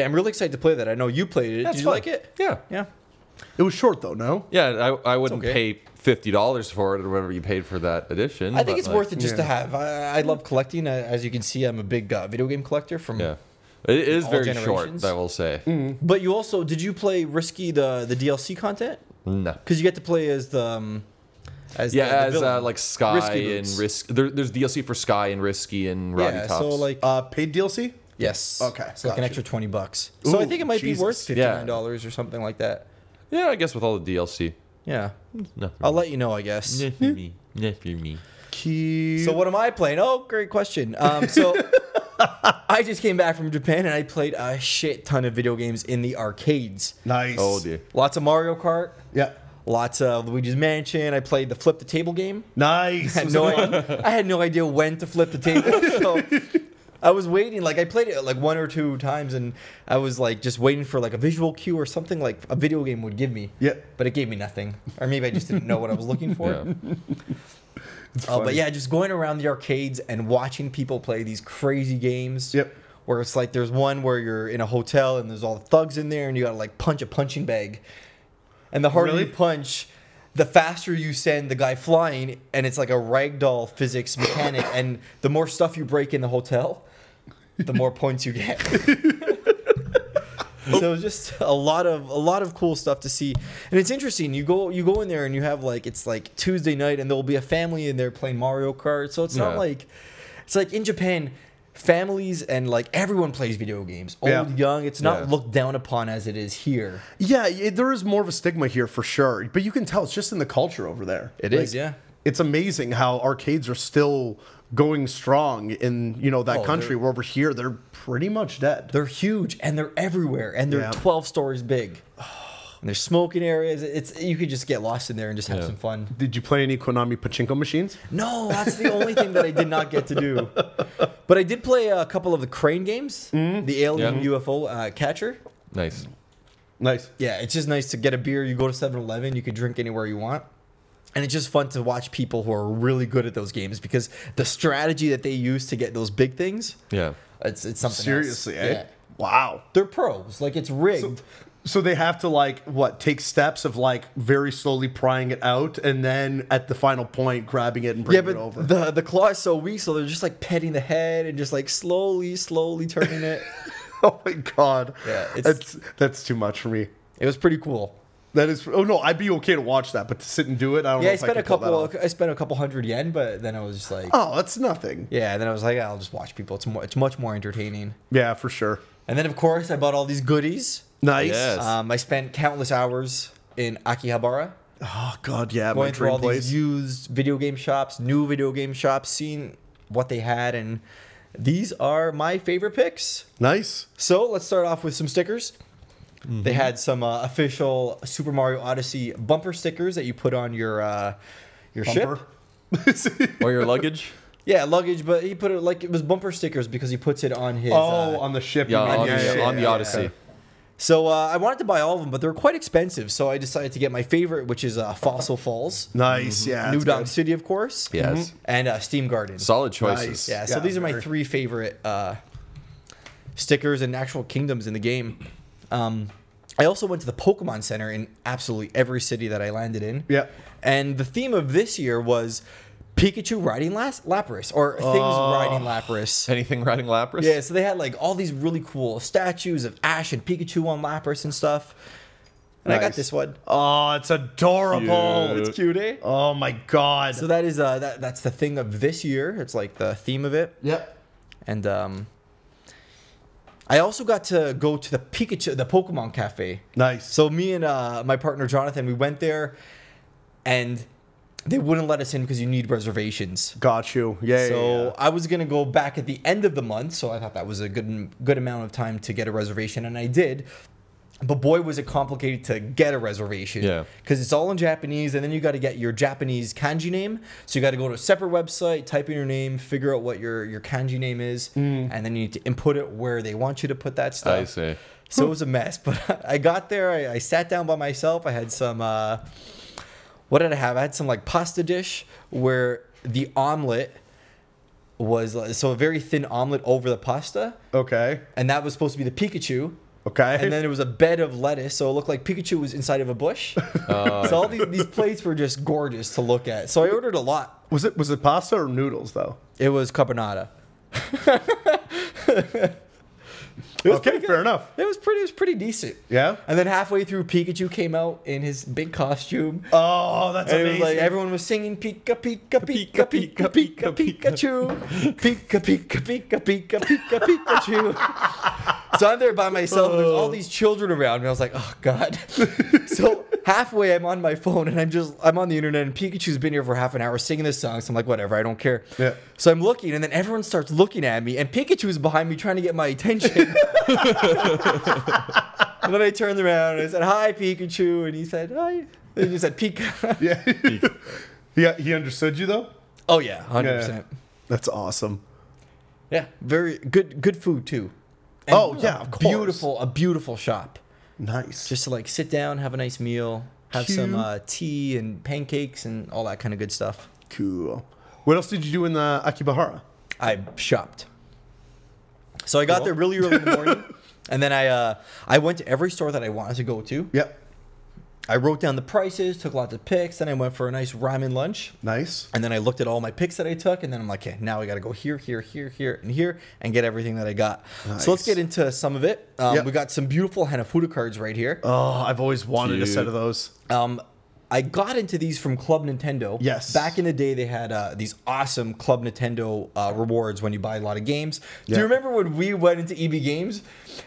Speaker 1: yeah, I'm really excited to play that. I know you played it. Did you
Speaker 2: fun.
Speaker 1: like it?
Speaker 2: Yeah.
Speaker 1: Yeah.
Speaker 3: it was short though. No.
Speaker 2: Yeah, I, I wouldn't
Speaker 1: okay.
Speaker 2: pay fifty dollars for it or whatever you paid for that edition.
Speaker 1: I think
Speaker 2: but,
Speaker 1: it's
Speaker 2: like,
Speaker 1: worth it just to
Speaker 3: Yeah.
Speaker 1: have. I, I love collecting. Uh, As you can see, I'm a big uh, video game collector from.
Speaker 2: Yeah, it is
Speaker 1: All
Speaker 2: very
Speaker 1: generations. Mm-hmm.
Speaker 2: short. I will say.
Speaker 1: But you also did you play Risky the the DLC content?
Speaker 2: No.
Speaker 1: Because you get to play as the um, as the-
Speaker 2: Yeah,
Speaker 1: the
Speaker 2: as uh,
Speaker 1: villain.
Speaker 2: like Sky
Speaker 1: Risky
Speaker 2: and
Speaker 1: Boots.
Speaker 2: Risk. There, there's DLC for Sky and Risky and Roddy
Speaker 1: yeah.
Speaker 2: Tops.
Speaker 1: So like
Speaker 3: Uh, paid DLC.
Speaker 1: yes.
Speaker 3: Okay,
Speaker 1: So like
Speaker 3: gotcha.
Speaker 1: an extra twenty bucks. so I
Speaker 3: Ooh,
Speaker 1: think it might
Speaker 3: Jesus.
Speaker 1: be worth fifty
Speaker 2: Yeah.
Speaker 1: nine dollars or something like that.
Speaker 2: yeah, I guess with all the DLC.
Speaker 1: Yeah.
Speaker 2: No.
Speaker 1: I'll let you know, I guess.
Speaker 2: Not for me. Not for me.
Speaker 3: Cute.
Speaker 1: So what am I playing? Oh, great question. Um, so I just came back from Japan and I played a shit ton of video games in the arcades.
Speaker 3: Nice.
Speaker 2: Oh dear.
Speaker 1: Lots of Mario Kart,
Speaker 3: Yeah.
Speaker 1: lots of Luigi's Mansion. I played the flip the table game.
Speaker 3: Nice.
Speaker 1: I had no, idea, I had no idea when to flip the table. So I was waiting. Like I played it like one or two times, and I was like just waiting for like a visual cue or something like a video game would give me.
Speaker 3: Yeah.
Speaker 1: But it gave me nothing, or maybe I just didn't know what I was looking for.
Speaker 2: Yeah.
Speaker 1: Oh, but
Speaker 3: funny.
Speaker 1: yeah, just going around the arcades and watching people play these crazy games.
Speaker 3: Yep.
Speaker 1: Where it's like there's one where you're in a hotel and there's all the thugs in there and you gotta like punch a punching bag. And the harder
Speaker 3: Really?
Speaker 1: you punch, the faster you send the guy flying, and it's like a ragdoll physics mechanic. and the more stuff you break in the hotel, the more points you get. so just a lot of a lot of cool stuff to see and it's interesting you go you go in there and you have like it's like tuesday night and there'll be a family in there playing mario kart so it's not
Speaker 2: Yeah.
Speaker 1: like it's like in japan families and like everyone plays video games old
Speaker 3: Yeah.
Speaker 1: young it's not
Speaker 2: Yeah.
Speaker 1: looked down upon as it is here
Speaker 3: Yeah, y there is more of a stigma here for sure, but you can tell it's just in the culture over there.
Speaker 1: It
Speaker 3: It
Speaker 1: is,
Speaker 3: is,
Speaker 1: yeah.
Speaker 3: It's amazing how arcades are still going strong in you know that
Speaker 1: they're-
Speaker 3: country. Where over here, Oh, they're pretty much dead.
Speaker 1: they're huge and they're everywhere and they're
Speaker 3: Yeah.
Speaker 1: 12 stories big and there's smoking areas it's you could just get lost in there and just have
Speaker 2: Yeah.
Speaker 1: some fun
Speaker 3: Did you play any Konami pachinko machines?
Speaker 1: no that's the only thing that i did not get to do but i did play a couple of the crane games
Speaker 3: Mm-hmm.
Speaker 1: the alien
Speaker 2: Yeah.
Speaker 1: ufo uh, catcher
Speaker 2: Nice.
Speaker 3: Nice.
Speaker 1: yeah, it's just nice to get a beer. You go to 7 Eleven, you can drink anywhere you want. And it's just fun to watch people who are really good at those games because the strategy that they use to get those big things,
Speaker 2: Yeah.
Speaker 1: it's, it's something else.
Speaker 3: Seriously, eh?
Speaker 1: Yeah.
Speaker 3: Wow.
Speaker 1: They're pros. Like, it's rigged.
Speaker 3: So they have to like what take steps of like very slowly prying it out, and then at the final point grabbing it and
Speaker 1: yeah,
Speaker 3: bringing
Speaker 1: but
Speaker 3: it over.
Speaker 1: the the claw is so weak, so they're just like petting the head and just like slowly, slowly turning it.
Speaker 3: oh my god.
Speaker 1: Yeah, it's-
Speaker 3: that's that's too much for me.
Speaker 1: it was pretty cool.
Speaker 3: That is. Oh no, I'd be okay to watch that, but to sit and do it, I don't
Speaker 1: Yeah,
Speaker 3: know.
Speaker 1: I
Speaker 3: if
Speaker 1: spent
Speaker 3: I
Speaker 1: a
Speaker 3: could pull that
Speaker 1: couple.
Speaker 3: off.
Speaker 1: I spent a couple hundred yen, but then I was just like,
Speaker 3: Oh, that's nothing.
Speaker 1: yeah. Then I was like, I'll just watch people. It's more, it's much more entertaining.
Speaker 3: Yeah, for sure.
Speaker 1: And then of course I bought all these goodies.
Speaker 3: Nice.
Speaker 2: Yes.
Speaker 1: Um, I spent countless hours in Akihabara,
Speaker 3: Oh God, yeah, my
Speaker 1: going through
Speaker 3: dream
Speaker 1: all
Speaker 3: place.
Speaker 1: these used video game shops, new video game shops, seeing what they had, and these are my favorite picks.
Speaker 3: nice.
Speaker 1: So let's start off with some stickers. They
Speaker 3: Mm-hmm.
Speaker 1: had some uh, official Super Mario Odyssey bumper stickers that you put on your uh, your
Speaker 3: Bumper.
Speaker 1: ship.
Speaker 2: Or your luggage?
Speaker 1: Yeah, luggage, but he put it like it was bumper stickers because he puts it on his.
Speaker 3: oh,
Speaker 1: uh,
Speaker 3: on the ship.
Speaker 2: Yeah,
Speaker 3: you mean.
Speaker 2: on,
Speaker 1: yeah,
Speaker 2: the,
Speaker 1: yeah,
Speaker 2: on the
Speaker 1: yeah,
Speaker 2: Odyssey.
Speaker 1: yeah. So uh, I wanted to buy all of them, but they're quite expensive. So I decided to get my favorite, which is uh, Fossil Falls,
Speaker 3: Nice, yeah.
Speaker 1: Mm-hmm. New
Speaker 3: that's
Speaker 1: Dog
Speaker 3: good. Mm-hmm.
Speaker 1: City, of course.
Speaker 2: Yes.
Speaker 1: And uh, Steam Garden.
Speaker 2: Solid choices.
Speaker 1: Yeah, so
Speaker 3: Yeah,
Speaker 1: these are my
Speaker 3: very-
Speaker 1: three favorite uh, stickers and actual kingdoms in the game. Um, I also went to the Pokemon Center in absolutely every city that I landed in.
Speaker 3: Yeah.
Speaker 1: And the theme of this year was Pikachu riding las- Lapras or
Speaker 3: Oh.
Speaker 1: things riding Lapras.
Speaker 2: Anything riding Lapras?
Speaker 1: Yeah, so they had like all these really cool statues of Ash and Pikachu on Lapras and stuff. And I got
Speaker 3: Nice.
Speaker 1: this one.
Speaker 3: Oh, it's adorable.
Speaker 2: Cute.
Speaker 1: It's cute, eh?
Speaker 3: Oh my god.
Speaker 1: So that is uh, that that's the thing of this year. It's like the theme of it.
Speaker 3: yep.
Speaker 1: And um, I also got to go to the Pikachu, the Pokemon Cafe.
Speaker 3: Nice.
Speaker 1: So me and uh, my partner Jonathan, we went there, and they wouldn't let us in because you need reservations.
Speaker 3: Got you. Yeah.
Speaker 1: So uh,
Speaker 3: So
Speaker 1: I was gonna go back at the end of the month, so I thought that was a good good amount of time to get a reservation, and I did. But boy, was it complicated to get a reservation.
Speaker 2: Yeah.
Speaker 1: Because it's all in Japanese, and then you got to get your Japanese kanji name. So you got to go to a separate website, type in your name, figure out what your your kanji name is, and then you need to input it where they want you to put that stuff.
Speaker 2: I see.
Speaker 1: So it was a mess. But I got there. I, I sat down by myself. I had some. Uh, what did I have? I had some like pasta dish where the omelet was like, so a very thin omelet over the pasta,
Speaker 3: okay.
Speaker 1: and that was supposed to be the Pikachu.
Speaker 3: Okay.
Speaker 1: And then there was a bed of lettuce, so it looked like Pikachu was inside of a bush.
Speaker 3: Oh.
Speaker 1: so all these, these plates were just gorgeous to look at. So I ordered a lot.
Speaker 3: was it was it pasta or noodles though?
Speaker 1: It was carbonara. It was
Speaker 3: okay,
Speaker 1: pretty good.
Speaker 3: fair enough.
Speaker 1: It was pretty. It was pretty decent.
Speaker 3: Yeah.
Speaker 1: And then halfway through, Pikachu came out in his big costume.
Speaker 3: Oh, that's
Speaker 1: And it was
Speaker 3: amazing.
Speaker 1: like everyone was singing Pika Pika Pika Pika Pika Pikachu Pika Pika Pika Pika Pika Pikachu. Oh. So I'm there by myself. and There's all these children around me. I was like, oh god. So halfway, I'm on my phone and I'm just I'm on the internet and Pikachu's been here for half an hour singing this song. So I'm like, whatever, I don't care.
Speaker 3: Yeah.
Speaker 1: So I'm looking and then everyone starts looking at me and Pikachu's behind me trying to get my attention. and then I turned around and I said, hi Pikachu, and he said, hi. And he said, Pika.
Speaker 3: yeah. yeah. He understood you though.
Speaker 1: Oh yeah, hundred
Speaker 3: Yeah.
Speaker 1: percent.
Speaker 3: That's awesome.
Speaker 1: Yeah, very good. Good food too.
Speaker 3: Oh, yeah, of course.
Speaker 1: beautiful. A beautiful shop.
Speaker 3: Nice.
Speaker 1: Just to like sit down, have a nice meal, have some
Speaker 3: Cute.
Speaker 1: uh, tea and pancakes and all that kind of good stuff.
Speaker 3: cool. What else did you do in uh, the Akibahara?
Speaker 1: I shopped. So I got there really early in the morning, and then I uh, I went to every store that I wanted to go to.
Speaker 3: Yep.
Speaker 1: I wrote down the prices, took lots of pics, then I went for a nice ramen lunch.
Speaker 3: Nice.
Speaker 1: And then I looked at all my picks that I took, and then I'm like, okay, now I got to go here, here, here, here, and here, and get everything that I got. So let's
Speaker 3: Nice.
Speaker 1: get into some of it. Um,
Speaker 3: Yep.
Speaker 1: We got some beautiful Hanafuda cards right here.
Speaker 3: Oh, I've always wanted a set
Speaker 2: Cute.
Speaker 3: of those.
Speaker 1: Um, I got into these from Club Nintendo.
Speaker 3: Yes.
Speaker 1: Back in the day, they had uh, these awesome Club Nintendo uh, rewards when you buy a lot of games. Do
Speaker 3: Yeah.
Speaker 1: you remember when we went into EB Games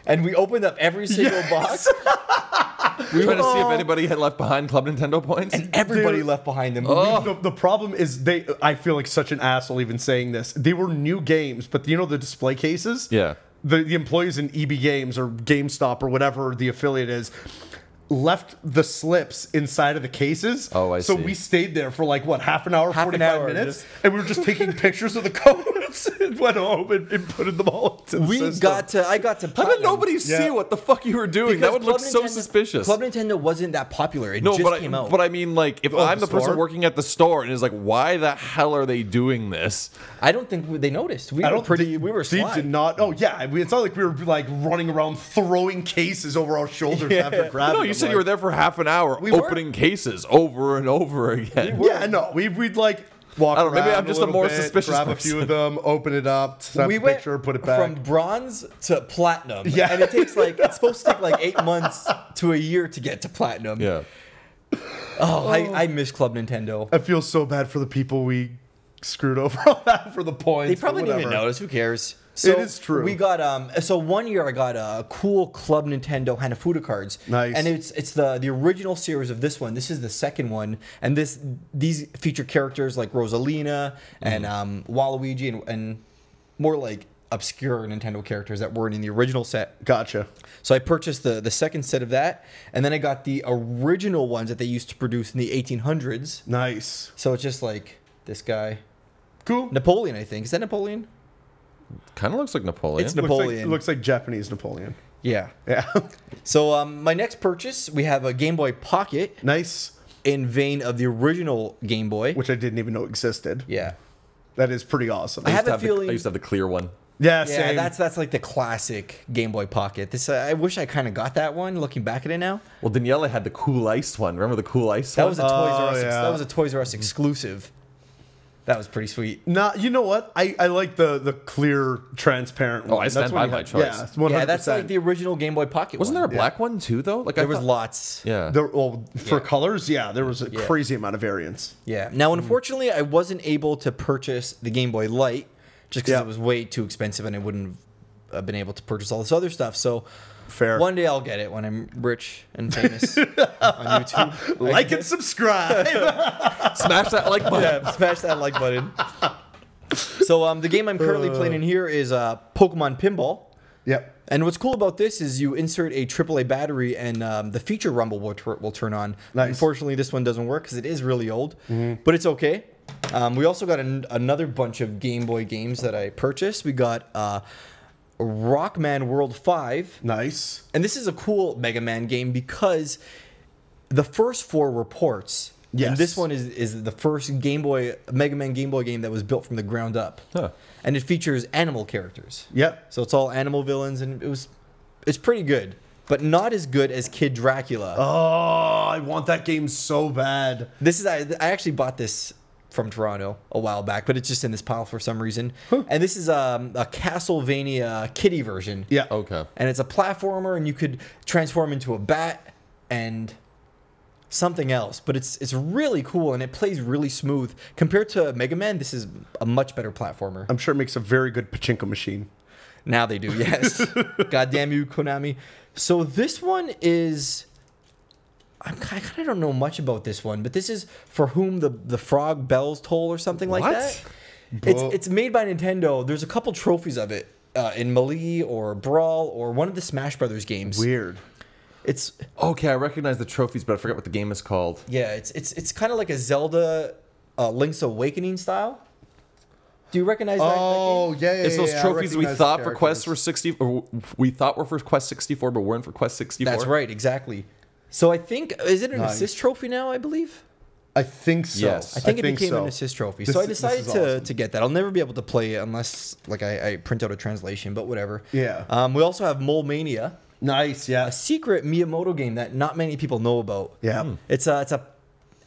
Speaker 1: and we opened up every single box?
Speaker 2: We trying to see if anybody had left behind Club Nintendo points.
Speaker 1: Everybody
Speaker 3: Dude.
Speaker 1: left behind them.
Speaker 2: Oh.
Speaker 3: The, the problem is they. I feel like such an asshole even saying this. They were new games, but you know the display cases.
Speaker 2: Yeah.
Speaker 3: The the employees in EB Games or GameStop or whatever the affiliate is left the slips inside of the cases.
Speaker 2: Oh, I
Speaker 3: so
Speaker 2: see.
Speaker 3: we stayed there for like what half an hour,
Speaker 1: Half an
Speaker 3: forty
Speaker 1: hour,
Speaker 3: five minutes,
Speaker 1: just-
Speaker 3: and we were just taking pictures of the codes and went home and inputted them all into the
Speaker 1: We
Speaker 3: system.
Speaker 1: got to. I got to.
Speaker 2: How did
Speaker 1: platinum.
Speaker 2: nobody see
Speaker 3: Yeah.
Speaker 2: what the fuck you were doing? that
Speaker 1: Because
Speaker 2: would look
Speaker 1: Club
Speaker 2: so
Speaker 1: Nintendo-
Speaker 2: suspicious.
Speaker 1: Club Nintendo wasn't that popular. It
Speaker 2: no,
Speaker 1: just
Speaker 2: but I,
Speaker 1: came out. Oh,
Speaker 2: but I mean, like, if I'm
Speaker 3: the
Speaker 2: the, person
Speaker 3: store?
Speaker 2: working at the store and is like, why the hell are they doing this?
Speaker 1: I don't think we- they noticed. We
Speaker 3: I
Speaker 1: were
Speaker 3: don't
Speaker 1: pretty.
Speaker 3: think-
Speaker 1: we were
Speaker 3: Steve
Speaker 1: sly.
Speaker 3: did not. Oh yeah, I mean, it's not like we were like running around throwing cases over our shoulders after grabbing.
Speaker 2: No, you
Speaker 3: them,
Speaker 2: said
Speaker 3: like-
Speaker 2: you were there for half an hour
Speaker 1: We were.
Speaker 2: opening cases over and over again.
Speaker 3: Yeah, no, we, we'd like walk.
Speaker 2: I don't know, maybe
Speaker 3: around
Speaker 2: I'm just a
Speaker 3: little
Speaker 2: more
Speaker 3: bit,
Speaker 2: suspicious
Speaker 3: Grab a
Speaker 2: person.
Speaker 3: few of them, open it up, snap
Speaker 1: we
Speaker 3: a
Speaker 1: went
Speaker 3: picture, put it back.
Speaker 1: from bronze to platinum.
Speaker 3: Yeah.
Speaker 1: and it takes like it's supposed to take like eight months to a year to get to platinum.
Speaker 2: Yeah.
Speaker 1: Oh, I, I miss Club Nintendo.
Speaker 3: I feel so bad for the people we screwed over on that for the points.
Speaker 1: They probably
Speaker 3: but
Speaker 1: didn't even
Speaker 3: whatever.
Speaker 1: notice. Who cares? So
Speaker 3: is true.
Speaker 1: We got um. So one year I got uh, cool Club Nintendo Hanafuda cards.
Speaker 3: Nice.
Speaker 1: And it's it's the the original series of this one. This is the second one, and this these feature characters like Rosalina and
Speaker 3: Mm.
Speaker 1: um, Waluigi and, and more like obscure Nintendo characters that weren't in the original set.
Speaker 3: Gotcha.
Speaker 1: So I purchased the the second set of that, and then I got the original ones that they used to produce in the 1800s.
Speaker 3: Nice.
Speaker 1: So it's just like this guy,
Speaker 3: Cool.
Speaker 1: Napoleon. I think is that Napoleon?
Speaker 2: Kind of looks like Napoleon.
Speaker 1: It's
Speaker 3: Looks like,
Speaker 1: Napoleon.
Speaker 3: looks like Japanese Napoleon. Yeah. Yeah.
Speaker 1: So um, my next purchase, we have a Game Boy Pocket
Speaker 3: nice.
Speaker 1: in vein of the original Game Boy.
Speaker 3: Which I didn't even know existed.
Speaker 1: yeah,
Speaker 3: That is pretty awesome.
Speaker 1: I have
Speaker 2: used to
Speaker 1: a
Speaker 2: have the-
Speaker 1: feeling-
Speaker 2: I used to have the clear one.
Speaker 1: yeah,
Speaker 3: yeah, same.
Speaker 1: that's that's like the classic Game Boy Pocket. This uh, I wish I kind of got that one. Looking back at it now,
Speaker 2: Well, Daniela had the cool ice one. Remember the cool ice
Speaker 1: that
Speaker 2: one?
Speaker 1: was a Toys R Us.
Speaker 3: Oh,
Speaker 1: ex-
Speaker 3: yeah.
Speaker 1: That was a Toys R Us exclusive. That was pretty sweet.
Speaker 3: Nah, you know what? I, I like the the clear, transparent. one.
Speaker 2: Oh, I
Speaker 3: That's
Speaker 2: stand
Speaker 3: when
Speaker 2: by
Speaker 3: you
Speaker 2: my
Speaker 3: had-
Speaker 2: choice.
Speaker 3: Yeah, it's 100%.
Speaker 1: Yeah, that's like the original Game Boy Pocket.
Speaker 2: Wasn't there a black one too, though? Like
Speaker 1: There
Speaker 2: I
Speaker 1: was
Speaker 2: thought-
Speaker 1: lots.
Speaker 2: Yeah.
Speaker 3: There, well, for
Speaker 1: Yeah.
Speaker 3: colors, yeah, there was a
Speaker 1: Yeah.
Speaker 3: crazy amount of variance.
Speaker 1: Yeah. Now, unfortunately, I wasn't able to purchase the Game Boy Light just because
Speaker 3: Yeah.
Speaker 1: it was way too expensive, and I wouldn't have uh, been able to purchase all this other stuff. So,
Speaker 3: Fair.
Speaker 1: One day I'll get it when I'm rich and famous on YouTube.
Speaker 3: Like and subscribe.
Speaker 2: Smash that like button.
Speaker 1: Yeah, smash that like button. So, um, the game I'm currently playing in here is uh, Pokemon Pinball.
Speaker 3: yep.
Speaker 1: And what's cool about this is you insert a AAA battery and um, the feature rumble will, tur- will turn on.
Speaker 3: Nice. Mm-hmm.
Speaker 1: Unfortunately, this one doesn't work because it is really old, but it's okay. Um, we also got an- another bunch of Game Boy games that I purchased. We got uh, Rockman World 5.
Speaker 3: Nice.
Speaker 1: And this is a cool Mega Man game because the first four were ports.
Speaker 3: Yes.
Speaker 1: And this one is, is the first Game Boy Mega Man Game Boy game that was built from the ground up.
Speaker 2: Huh.
Speaker 1: And it features animal characters.
Speaker 3: Yep.
Speaker 1: So it's all animal villains, and it was, it's pretty good, but not as good as Kid Dracula.
Speaker 3: Oh, I want that game so bad.
Speaker 1: This is I, I actually bought this from Toronto a while back, but it's just in this pile for some reason. And this is um, a Castlevania kitty version.
Speaker 3: Yeah.
Speaker 2: Okay.
Speaker 1: And it's a platformer, and you could transform into a bat and something else. But it's it's really cool, and it plays really smooth compared to Mega Man. This is a much better platformer.
Speaker 3: I'm sure it makes a very good pachinko machine.
Speaker 1: Now they do, yes. God damn you, Konami. So this one is. I'm, I kind of don't know much about this one, but this is for whom the, the frog bells toll or something like
Speaker 2: What?
Speaker 1: that.
Speaker 3: Bro.
Speaker 1: It's it's made by Nintendo. There's a couple trophies of it uh, in Melee or Brawl or one of the Smash Brothers games.
Speaker 3: Weird.
Speaker 1: It's
Speaker 2: Okay, I recognize the trophies, but I forget what the game is called.
Speaker 1: yeah, it's it's it's kind of like a Zelda uh, Link's Awakening style. Do you recognize that- that?
Speaker 3: Oh,
Speaker 1: game?
Speaker 3: yeah, yeah.
Speaker 2: It's those
Speaker 3: yeah, I
Speaker 2: trophies we
Speaker 3: recognize the
Speaker 2: thought for quests were
Speaker 3: characters.
Speaker 2: sixty, or we thought were for quest sixty-four, but weren't for quest sixty-four.
Speaker 1: That's right, exactly. So I think is it an
Speaker 3: Nice.
Speaker 1: assist trophy now? I believe.
Speaker 3: I think so.
Speaker 2: Yes.
Speaker 1: I think it became
Speaker 3: so.
Speaker 1: an assist trophy.
Speaker 3: This
Speaker 1: so I
Speaker 3: is- this
Speaker 1: decided
Speaker 3: is
Speaker 1: to,
Speaker 3: awesome.
Speaker 1: to get that. I'll never be able to play it unless like I, I print out a translation, but whatever.
Speaker 3: Yeah.
Speaker 1: Um, we also have Mole Mania,
Speaker 3: Nice.
Speaker 1: a
Speaker 3: Yes.
Speaker 1: secret Miyamoto game that not many people know about. Hmm.
Speaker 3: Yeah.
Speaker 1: It's a it's a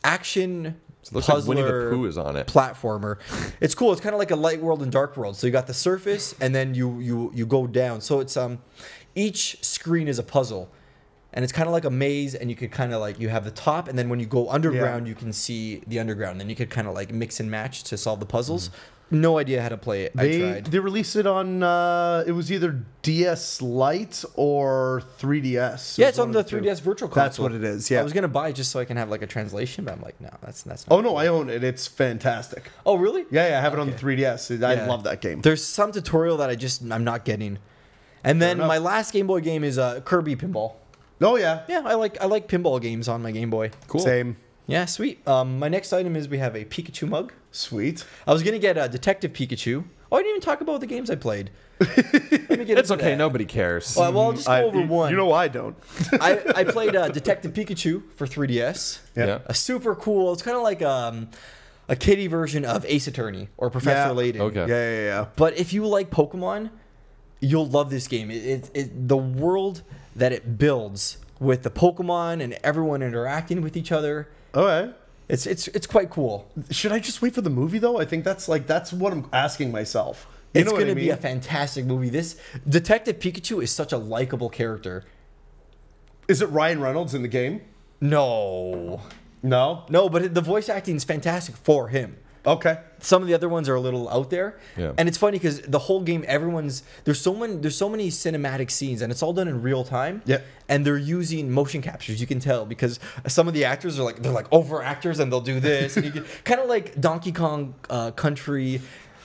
Speaker 1: action
Speaker 2: It looks like Winnie the
Speaker 1: puzzler
Speaker 2: Pooh is on it.
Speaker 1: platformer. It's cool. It's kind of like a light world and dark world. So you got the surface, and then you you you go down. So it's um, each screen is a puzzle, and it's kind of like a maze. And you could kind of like you have the top, and then when you go underground, you can see the underground. Then you could kind of like mix and match to solve the puzzles. No idea how to play it. I
Speaker 3: Mm-hmm. They
Speaker 1: tried.
Speaker 3: they released it on uh, it was either DS Lite or 3DS. It
Speaker 1: Yeah,
Speaker 3: was
Speaker 1: it's on
Speaker 3: one
Speaker 1: the
Speaker 3: of two.
Speaker 1: 3DS Virtual Console.
Speaker 3: That's what it is. Yeah.
Speaker 1: I was gonna buy it just so I can have like a translation, but I'm like, no, that's that's. Not
Speaker 3: oh no, I own it. It's fantastic.
Speaker 1: Oh really?
Speaker 3: Yeah, yeah I have it on the 3DS. I
Speaker 1: Yeah.
Speaker 3: love that game.
Speaker 1: There's some tutorial that I just I'm not getting. And then
Speaker 3: enough.
Speaker 1: my last Game Boy game is uh, Kirby Pinball.
Speaker 3: Oh yeah.
Speaker 1: Yeah, I like I like pinball games on my Game Boy.
Speaker 2: Cool.
Speaker 3: Same.
Speaker 1: Yeah, sweet. Um, my next item is we have a Pikachu mug.
Speaker 3: Sweet.
Speaker 1: I was gonna get a Detective Pikachu. Oh, I didn't even talk about the games I played. Let me get
Speaker 2: It's
Speaker 1: into
Speaker 2: okay.
Speaker 1: that.
Speaker 2: Nobody cares.
Speaker 1: Well, well, I'll just go
Speaker 3: I-
Speaker 1: over
Speaker 3: you-
Speaker 1: one.
Speaker 3: You know why I don't.
Speaker 1: I, I played uh, Detective Pikachu for 3DS.
Speaker 3: Yeah.
Speaker 1: A super cool. It's kind of like um, a kitty version of Ace Attorney or Professor
Speaker 3: Yeah.
Speaker 1: Layton.
Speaker 2: Okay.
Speaker 3: Yeah, yeah, yeah.
Speaker 1: But if you like Pokemon, you'll love this game. It, it, it the world that it builds with the Pokemon and everyone interacting with each other.
Speaker 3: All right.
Speaker 1: It's it's it's quite cool.
Speaker 3: Should I just wait for the movie though? I think that's like that's what I'm asking myself. You
Speaker 1: it's
Speaker 3: know
Speaker 1: going
Speaker 3: what
Speaker 1: to
Speaker 3: I mean?
Speaker 1: be a fantastic movie. This Detective Pikachu is such a likable character.
Speaker 3: Is it Ryan Reynolds in the game?
Speaker 1: No.
Speaker 3: No.
Speaker 1: No, but the voice acting is fantastic for him.
Speaker 3: Okay.
Speaker 1: Some of the other ones are a little out there.
Speaker 2: Yeah.
Speaker 1: And it's funny cuz the whole game everyone's there's so many there's so many cinematic scenes and it's all done in real time.
Speaker 3: Yeah.
Speaker 1: And they're using motion captures, you can tell because some of the actors are like they're like over actors and they'll do this and you can kind of like Donkey Kong uh, Country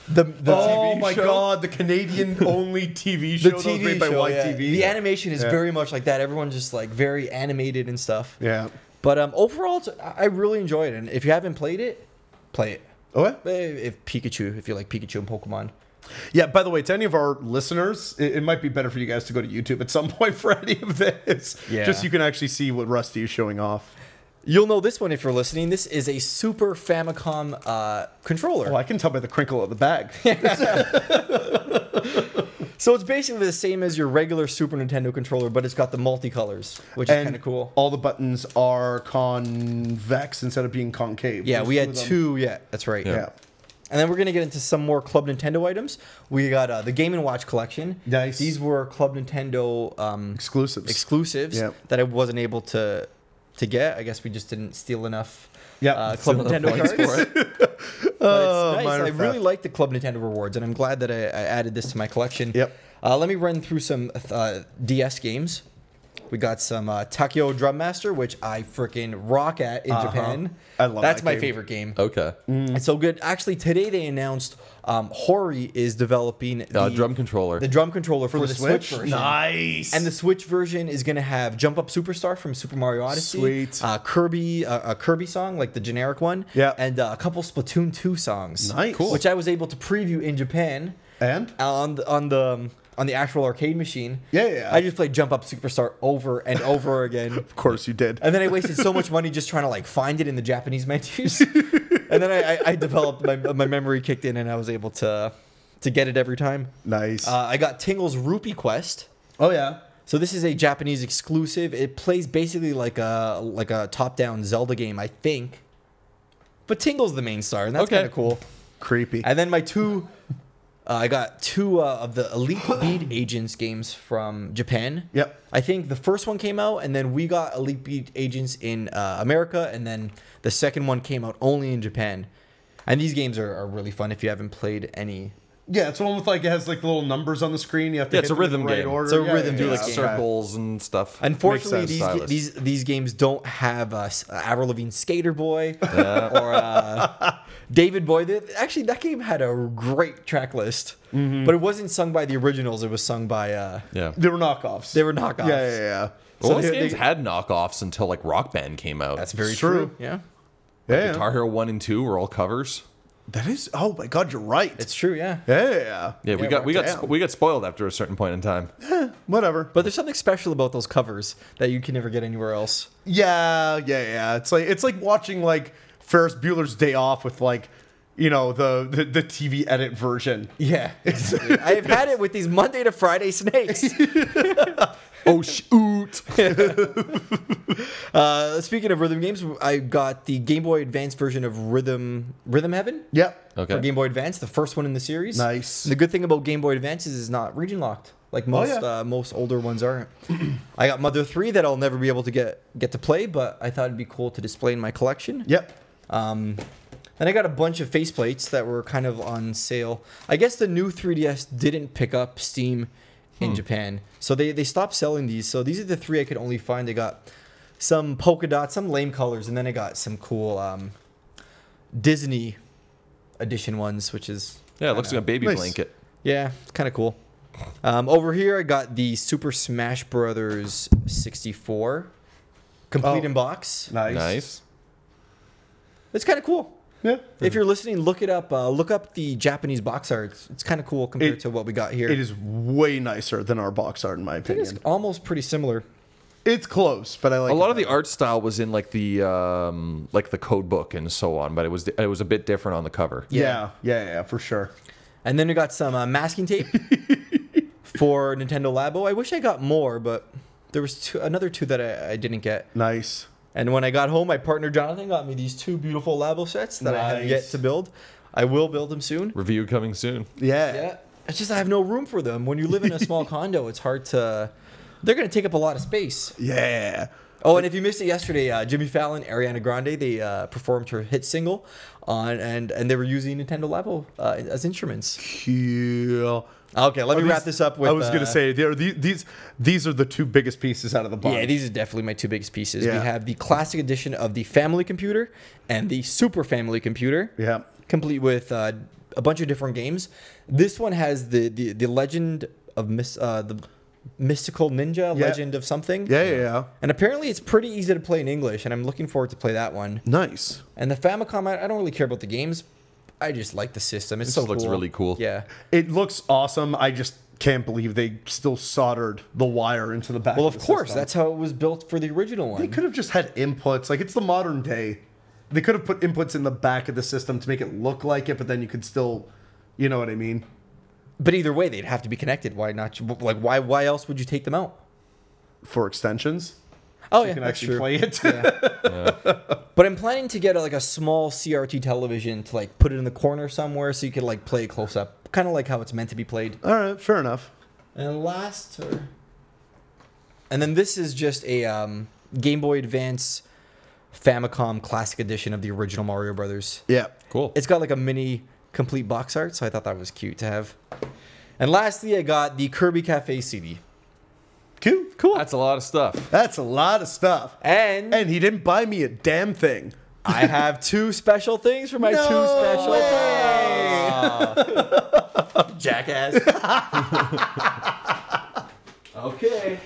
Speaker 1: the, the
Speaker 3: oh
Speaker 1: TV
Speaker 3: my
Speaker 1: show.
Speaker 3: god, the Canadian only TV
Speaker 1: the
Speaker 3: show that was
Speaker 1: TV
Speaker 3: made
Speaker 1: show,
Speaker 3: by
Speaker 1: yeah.
Speaker 3: YTV.
Speaker 1: The animation is
Speaker 3: Yeah.
Speaker 1: very much like that. Everyone's just like very animated and stuff.
Speaker 3: Yeah.
Speaker 1: But um, overall, it's, I I really enjoy it. And if you haven't played it, play it.
Speaker 3: Okay.
Speaker 1: Eh, If Pikachu, if you like Pikachu and Pokemon,
Speaker 3: Yeah, by the way, to any of our listeners, it, it might be better for you guys to go to YouTube at some point for any of this.
Speaker 1: Yeah.
Speaker 3: Just so you can actually see what Rusty is showing off.
Speaker 1: You'll know this one if you're listening. This is a Super Famicom uh, controller.
Speaker 3: Well, I can tell by the crinkle of the bag.
Speaker 1: So it's basically the same as your regular Super Nintendo controller, but it's got the multicolors, which is
Speaker 3: and
Speaker 1: kind of cool.
Speaker 3: all the buttons are convex instead of being concave.
Speaker 1: Yeah,
Speaker 3: There's
Speaker 1: we had
Speaker 3: of them.
Speaker 1: two. um, Yeah, that's right.
Speaker 3: Yeah.
Speaker 1: And then we're gonna get into some more Club Nintendo items. We got uh, the Game and Watch collection.
Speaker 3: Nice.
Speaker 1: These were Club Nintendo um,
Speaker 3: Exclusives.
Speaker 1: exclusives
Speaker 3: Yep.
Speaker 1: that I wasn't able to to get. I guess we just didn't steal enough.
Speaker 3: Yep.
Speaker 1: uh, Club
Speaker 2: Still
Speaker 1: Nintendo
Speaker 2: points
Speaker 1: cards.
Speaker 2: for it.
Speaker 1: But it's nice.
Speaker 3: Oh, minor
Speaker 1: I really
Speaker 3: theft.
Speaker 1: like the Club Nintendo rewards, and I'm glad that I, I added this to my collection.
Speaker 3: Yep.
Speaker 1: Uh, let me run through some uh, DS games. We got some uh, Takio Drum Master, which I freaking rock at in
Speaker 3: Uh-huh.
Speaker 1: Japan.
Speaker 3: I love
Speaker 1: That's
Speaker 3: that
Speaker 1: my
Speaker 3: game. Uh-huh.
Speaker 1: favorite game.
Speaker 2: Okay.
Speaker 3: Mm-hmm.
Speaker 1: It's so good. Actually, today they announced um, Hori is developing the
Speaker 2: Uh, drum controller.
Speaker 1: the drum controller for, the, Switch, version.
Speaker 3: Nice.
Speaker 1: And the Switch version is gonna have Jump Up Superstar from Super Mario Odyssey,
Speaker 3: Sweet.
Speaker 1: Uh, Kirby, uh, a Kirby song like the generic one,
Speaker 3: Yeah.
Speaker 1: and uh, a couple Splatoon two songs,
Speaker 3: Nice. Cool.
Speaker 1: which I was able to preview in Japan uh,
Speaker 3: and
Speaker 1: on the, on the um, on the actual arcade machine.
Speaker 3: Yeah, yeah.
Speaker 1: I just played Jump Up Superstar over and over again.
Speaker 3: of course you did.
Speaker 1: And then I wasted so much money just trying to like find it in the Japanese menus. and then I, I, I developed my, my memory kicked in and I was able to to get it every time.
Speaker 3: nice.
Speaker 1: Uh, I got Tingle's Rupee Quest.
Speaker 3: oh yeah.
Speaker 1: So this is a Japanese exclusive. It plays basically like a like a top-down Zelda game, I think. But Tingle's the main star, and that's
Speaker 2: Okay.
Speaker 1: kind of cool.
Speaker 3: Creepy.
Speaker 1: And then my two, uh, I got two uh, of the Elite Beat Agents games from Japan.
Speaker 3: Yep.
Speaker 1: I think the first one came out, and then we got Elite Beat Agents in uh, America, and then the second one came out only in Japan. And these games are, are really fun if you haven't played any.
Speaker 3: yeah, it's one with like it has like the little numbers on the screen. You have to.
Speaker 2: Yeah, it's
Speaker 3: hit
Speaker 2: a
Speaker 3: them in the
Speaker 2: rhythm
Speaker 3: right
Speaker 2: game.
Speaker 3: Order.
Speaker 1: It's a
Speaker 3: Yeah,
Speaker 1: rhythm
Speaker 3: yeah,
Speaker 2: Do like
Speaker 1: game.
Speaker 3: okay.
Speaker 2: circles and stuff.
Speaker 1: Unfortunately,
Speaker 3: sense,
Speaker 1: these,
Speaker 2: Silas.
Speaker 1: these these games don't have uh, S- uh, Avril Lavigne Skater Boy or uh, David Boy. They- Actually, that game had a great track list,
Speaker 3: Mm-hmm.
Speaker 1: but it wasn't sung by the originals. It was sung by uh,
Speaker 2: Yeah.
Speaker 3: They were knockoffs.
Speaker 1: They were knockoffs.
Speaker 3: Yeah, yeah, yeah.
Speaker 2: Well,
Speaker 1: So
Speaker 2: these
Speaker 1: they-
Speaker 2: games
Speaker 1: they-
Speaker 2: had knockoffs until like Rock Band came out.
Speaker 1: That's very
Speaker 3: It's
Speaker 1: true.
Speaker 3: true.
Speaker 1: Yeah,
Speaker 3: yeah, yeah.
Speaker 2: Guitar Hero One and Two were all covers.
Speaker 3: That is. Oh my God, you're right.
Speaker 1: it's true. Yeah.
Speaker 3: yeah, yeah, yeah.
Speaker 2: Yeah, we
Speaker 1: Yeah,
Speaker 2: got we got
Speaker 3: damn.
Speaker 2: sp- we got spoiled after a certain point in time.
Speaker 3: Whatever.
Speaker 1: But there's something special about those covers that you can never get anywhere else.
Speaker 3: Yeah, yeah, yeah. It's like it's like watching like Ferris Bueller's Day Off with like, you know, the the, the TV edit version.
Speaker 1: Yeah. I've had it with these Monday to Friday snakes.
Speaker 2: oh shoot!
Speaker 1: Uh, speaking of rhythm games, I got the Game Boy Advance version of Rhythm Rhythm Heaven.
Speaker 3: Yep.
Speaker 1: For
Speaker 2: Okay.
Speaker 1: Game Boy Advance, the first one in the series.
Speaker 3: Nice. Oh,
Speaker 1: The good thing about Game Boy Advances is it's not region locked, like most
Speaker 3: yeah.
Speaker 1: uh, most older ones aren't. I got Mother Three that I'll never be able to get get to play, but I thought it'd be cool to display in my collection.
Speaker 3: Yep.
Speaker 1: Um, then I got a bunch of faceplates that were kind of on sale. I guess the new 3DS didn't pick up Steam in Japan, so they they stopped selling these. So these are the three I could only find. I got some polka dots, some lame colors, and then I got some cool um, Disney edition ones, which is
Speaker 2: Yeah, it looks like a baby
Speaker 3: Nice.
Speaker 2: blanket.
Speaker 1: yeah, it's kind of cool. Um, over here, I got the Super Smash Brothers 64 complete
Speaker 3: Oh.
Speaker 1: in box.
Speaker 3: Nice.
Speaker 2: Nice.
Speaker 1: It's kind of cool.
Speaker 3: Yeah.
Speaker 1: If you're listening, look it up. Uh, look up the Japanese box art. It's, it's kind of cool compared
Speaker 3: It-
Speaker 1: to what we got here.
Speaker 3: It is way nicer than our box art, in my
Speaker 1: I think it's
Speaker 3: opinion.
Speaker 1: almost pretty similar.
Speaker 3: It's close, but I like
Speaker 2: A lot
Speaker 3: it
Speaker 2: of the
Speaker 3: better.
Speaker 2: art style was in like the um, like the code book and so on, but it was it was a bit different on the cover.
Speaker 3: Yeah. yeah, yeah, for sure.
Speaker 1: And then we got some uh, masking tape for Nintendo Labo. I wish I got more, but there was two, another two that I, I didn't get.
Speaker 3: Nice.
Speaker 1: And when I got home, my partner Jonathan got me these two beautiful Labo sets that I have yet
Speaker 3: Nice.
Speaker 1: to build. I will build them soon.
Speaker 2: Review coming soon.
Speaker 3: Yeah.
Speaker 1: Yeah. It's just I have no room for them. When you live in a small condo, it's hard to. They're going to take up a lot of space.
Speaker 3: Yeah.
Speaker 1: Oh, and if you missed it yesterday, uh, Jimmy Fallon, Ariana Grande, they uh, performed her hit single on, and and they were using Nintendo Labo uh, as instruments.
Speaker 3: Cool.
Speaker 1: Okay, let me
Speaker 3: Are
Speaker 1: wrap
Speaker 3: Oh, these-
Speaker 1: this up with.
Speaker 3: I was
Speaker 1: uh,
Speaker 3: gonna say there are the- these these are the two biggest pieces out of the box.
Speaker 1: Yeah, these are definitely my two biggest pieces.
Speaker 3: Yeah.
Speaker 1: We have the classic edition of the Family Computer and the Super Family Computer.
Speaker 3: Yeah.
Speaker 1: Complete with uh, a bunch of different games. This one has the the, the Legend of Miss uh, the Mystical Ninja, Legend of something.
Speaker 3: Yeah, yeah, yeah.
Speaker 1: And apparently, it's pretty easy to play in English, and I'm looking forward to play that one.
Speaker 3: Nice.
Speaker 1: And the Famicom, I, I don't really care about the games. I just like the system. It's
Speaker 2: It
Speaker 1: so
Speaker 2: just looks really cool.
Speaker 1: Yeah.
Speaker 3: It looks awesome. I just can't believe they still soldered the wire into the back.
Speaker 1: Well, of
Speaker 3: the
Speaker 1: course,
Speaker 3: system.
Speaker 1: that's how it was built for the original
Speaker 3: They
Speaker 1: one.
Speaker 3: could have just had inputs. Like it's the modern day. They could have put inputs in the back of the system to make it look like it, but then you could still, you know what I mean?
Speaker 1: But either way, they'd have to be connected. Why not? Like, why? Why else would you take them out?
Speaker 3: For extensions,
Speaker 1: Oh
Speaker 3: you
Speaker 1: yeah,
Speaker 3: can
Speaker 1: that's
Speaker 3: actually
Speaker 1: true.
Speaker 3: play it.
Speaker 1: But I'm planning to get a, like a small CRT television to like put it in the corner somewhere so you could like play close up, kind of like how it's meant to be played.
Speaker 3: All right, fair enough.
Speaker 1: And last, or... and then this is just a um, Game Boy Advance Famicom Classic Edition of the original Mario Brothers.
Speaker 3: Yeah.
Speaker 2: Cool.
Speaker 1: It's got like a mini complete box art, so I thought that was cute to have. And lastly, I got the Kirby Cafe CD.
Speaker 3: Cool. Cool.
Speaker 2: That's a lot of stuff.
Speaker 3: That's a lot of stuff.
Speaker 1: And
Speaker 3: And he didn't buy me a damn thing.
Speaker 1: I have two special things for my two
Speaker 3: No
Speaker 1: special things. Jackass. okay.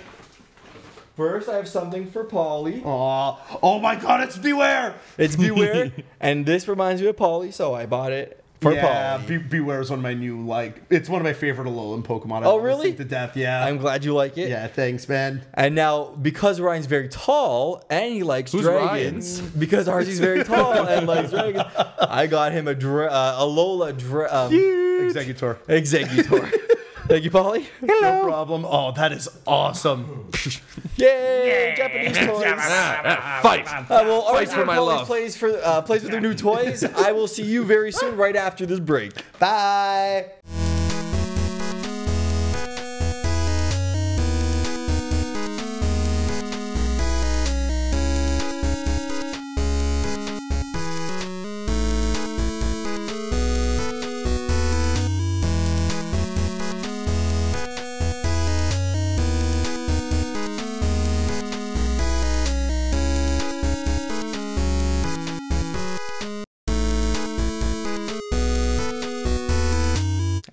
Speaker 1: First, I have something for Polly.
Speaker 3: Aw. Oh my god, it's Beware!
Speaker 1: It's Beware, and this reminds me of Polly, so I bought it for
Speaker 3: yeah,
Speaker 1: Polly.
Speaker 3: Be- Beware is one of my new, like, it's one of my favorite Alolan Pokemon. I
Speaker 1: Oh,
Speaker 3: almost
Speaker 1: really?
Speaker 3: think To death, yeah.
Speaker 1: I'm glad you like it.
Speaker 3: yeah, thanks, man.
Speaker 1: And now, because Ryan's very tall and he likes
Speaker 2: Who's
Speaker 1: dragons, because Archie's very tall and likes dragons, I got him a dra- uh, a Lola dra- um,
Speaker 3: Executor.
Speaker 1: executor. Thank you, Polly.
Speaker 3: No problem. Oh, that is awesome.
Speaker 1: Yay! Japanese toys.
Speaker 2: Ah, ah, fight.
Speaker 1: Uh, well, Archie
Speaker 2: Fights for my
Speaker 1: Polly
Speaker 2: love.
Speaker 1: plays for uh, plays with their new toys. I will see you very soon, right after this break.
Speaker 3: Bye.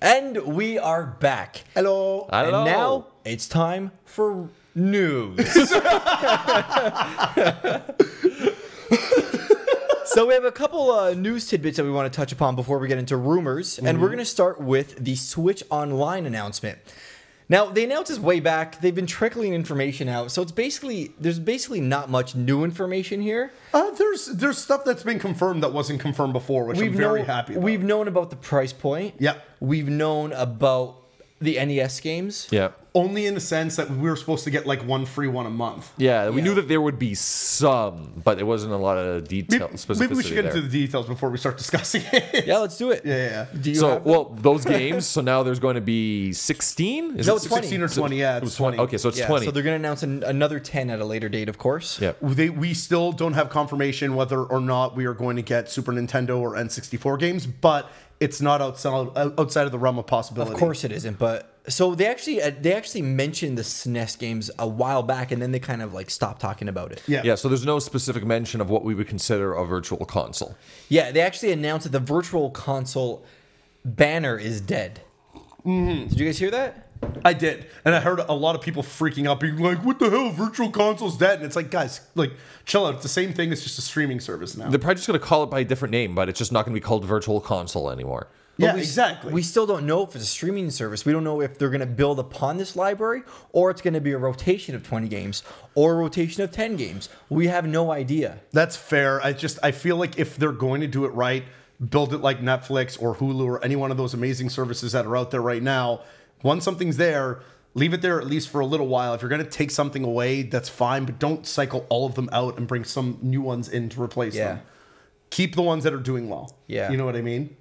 Speaker 1: And we are back.
Speaker 3: Hello.
Speaker 2: Hello.
Speaker 1: And now it's time for news. so we have a couple uh, news tidbits that we want to touch upon before we get into rumors, and we're going to start with the Switch Online announcement. Now they announced this way back. They've been trickling information out, so it's basically there's basically not much new information here.
Speaker 3: Uh, there's there's stuff that's been confirmed that wasn't confirmed before, which I'm very
Speaker 1: known,
Speaker 3: happy about.
Speaker 1: We've known about the price point.
Speaker 3: Yep.
Speaker 1: We've known about the NES games.
Speaker 2: Yeah.
Speaker 3: Only in the sense that we were supposed to get like one free one a month.
Speaker 2: Yeah, we
Speaker 1: Yeah.
Speaker 2: knew that there would be some, but it wasn't a lot of
Speaker 3: Maybe,
Speaker 2: detail. Specificity
Speaker 3: maybe we should get
Speaker 2: there.
Speaker 3: into the details before we start discussing it.
Speaker 1: Yeah, let's do it.
Speaker 3: yeah, yeah.
Speaker 1: Do you
Speaker 2: so
Speaker 1: have
Speaker 2: well those games so now there's going to be 16 is
Speaker 1: No,
Speaker 2: it
Speaker 1: 20.
Speaker 3: 16 or 20, yeah.
Speaker 2: it was
Speaker 3: It's
Speaker 2: 20
Speaker 3: 20.
Speaker 2: okay so it's
Speaker 1: Yeah,
Speaker 2: 20
Speaker 1: So they're going to announce an, another 10 at a later date, of course.
Speaker 2: yeah
Speaker 3: They, we still don't have confirmation whether or not we are going to get Super Nintendo or N64 games, but it's not outside outside of the realm of possibility.
Speaker 1: Of course it isn't, but so they actually uh, they actually mentioned the SNES games a while back and then they kind of like stopped talking about it.
Speaker 3: Yeah.
Speaker 2: yeah so there's no specific mention of what we would consider a virtual console
Speaker 1: Yeah, they actually announced that the virtual console banner is dead. Did you guys hear that?
Speaker 3: I did, and I heard a lot of people freaking out, being like, "What the hell? Virtual console's dead!" And it's like, guys, like, chill out. It's the same thing. It's just a streaming service now.
Speaker 2: they're probably just going to call it by a different name but it's just not going to be called virtual console anymore
Speaker 1: But
Speaker 3: yeah,
Speaker 1: we s-
Speaker 3: exactly.
Speaker 1: We still don't know if it's a streaming service. We don't know if they're going to build upon this library or it's going to be a rotation of 20 games or a rotation of 10 games. We have no idea.
Speaker 3: That's fair. I just I feel like if they're going to do it right, build it like Netflix or Hulu or any one of those amazing services that are out there right now. Once something's there, leave it there at least for a little while. If you're going to take something away, that's fine, but don't cycle all of them out and bring some new ones in to replace them.
Speaker 1: Yeah.
Speaker 3: Keep the ones that are doing well.
Speaker 1: Yeah.
Speaker 3: You know what I mean?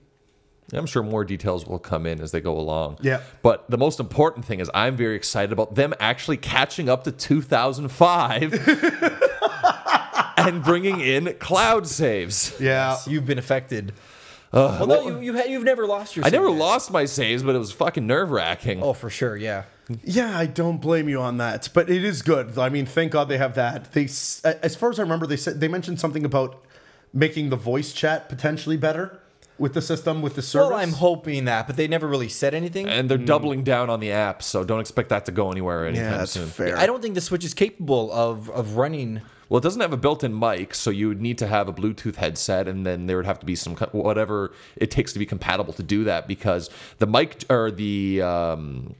Speaker 2: i'm sure more details will come in as they go along
Speaker 3: Yeah.
Speaker 2: but the most important thing is i'm very excited about them actually catching up to 2005 and bringing in cloud saves
Speaker 3: Yeah.
Speaker 1: You've been affected. Uh, well, no, you, you ha- you've never lost your.
Speaker 2: I never
Speaker 1: savings.
Speaker 2: lost my saves, but it was fucking nerve wracking.
Speaker 1: Oh, for sure, yeah.
Speaker 3: Yeah, I don't blame you on that, but it is good. I mean, thank God they have that. They, s- as far as I remember, they said they mentioned something about making the voice chat potentially better with the system with the service.
Speaker 1: Well, I'm hoping that, but they never really said anything.
Speaker 2: and they're doubling down on the app, so don't expect that to go anywhere anytime
Speaker 3: Mm. yeah, that's
Speaker 2: soon.
Speaker 3: fair.
Speaker 1: I don't think the Switch is capable of of running
Speaker 2: Well, it doesn't have a built-in mic, so you would need to have a Bluetooth headset, and then there would have to be some co- whatever it takes to be compatible to do that because the mic or the um,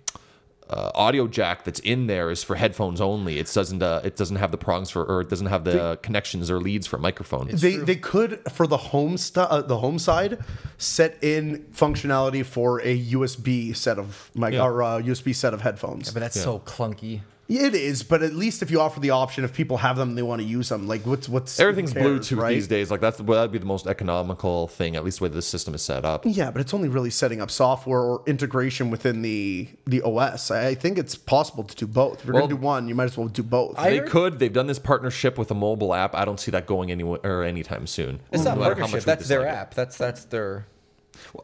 Speaker 2: uh, audio jack that's in there is for headphones only. It doesn't uh, it doesn't have the prongs for or it doesn't have the, connections or leads for microphone.
Speaker 3: they they could for the home st- uh, the home side set in functionality for a USB set of mic
Speaker 2: Yeah.
Speaker 3: or uh, USB set of headphones.
Speaker 1: But that's so clunky.
Speaker 3: it is, but at least if you offer the option, if people have them, and they want to use them. Like what's what's who
Speaker 2: Everything's
Speaker 3: cares,
Speaker 2: Bluetooth these days. Like that's well, that'd be the most economical thing, at least the way this system is set up.
Speaker 3: Yeah, but it's only really setting up software or integration within the the OS. I I think it's possible to do both. If you're
Speaker 2: Well-
Speaker 3: gonna do one, you might as well do both.
Speaker 1: I-
Speaker 2: They
Speaker 1: heard-
Speaker 2: could. They've done this partnership with a mobile app. I don't see that going anywhere or anytime soon.
Speaker 1: It's not
Speaker 2: no matter
Speaker 1: partnership.
Speaker 2: how much we
Speaker 1: That's their
Speaker 2: dislike it.
Speaker 1: app. That's that's their.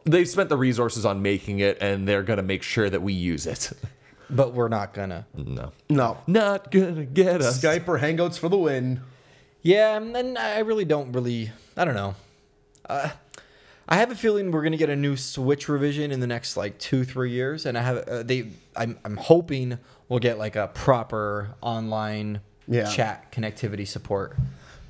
Speaker 2: They've spent the resources on making it, and they're gonna make sure that we use it.
Speaker 1: But we're not gonna.
Speaker 2: no,
Speaker 3: no.
Speaker 2: not gonna get us.
Speaker 3: Skype or Hangouts for the win.
Speaker 1: Yeah, and then I really don't really. I don't know. Uh, I have a feeling we're gonna get a new Switch revision in the next like two, three years, and I have uh, they. I'm I'm hoping we'll get like a proper online
Speaker 3: Yeah.
Speaker 1: chat connectivity support.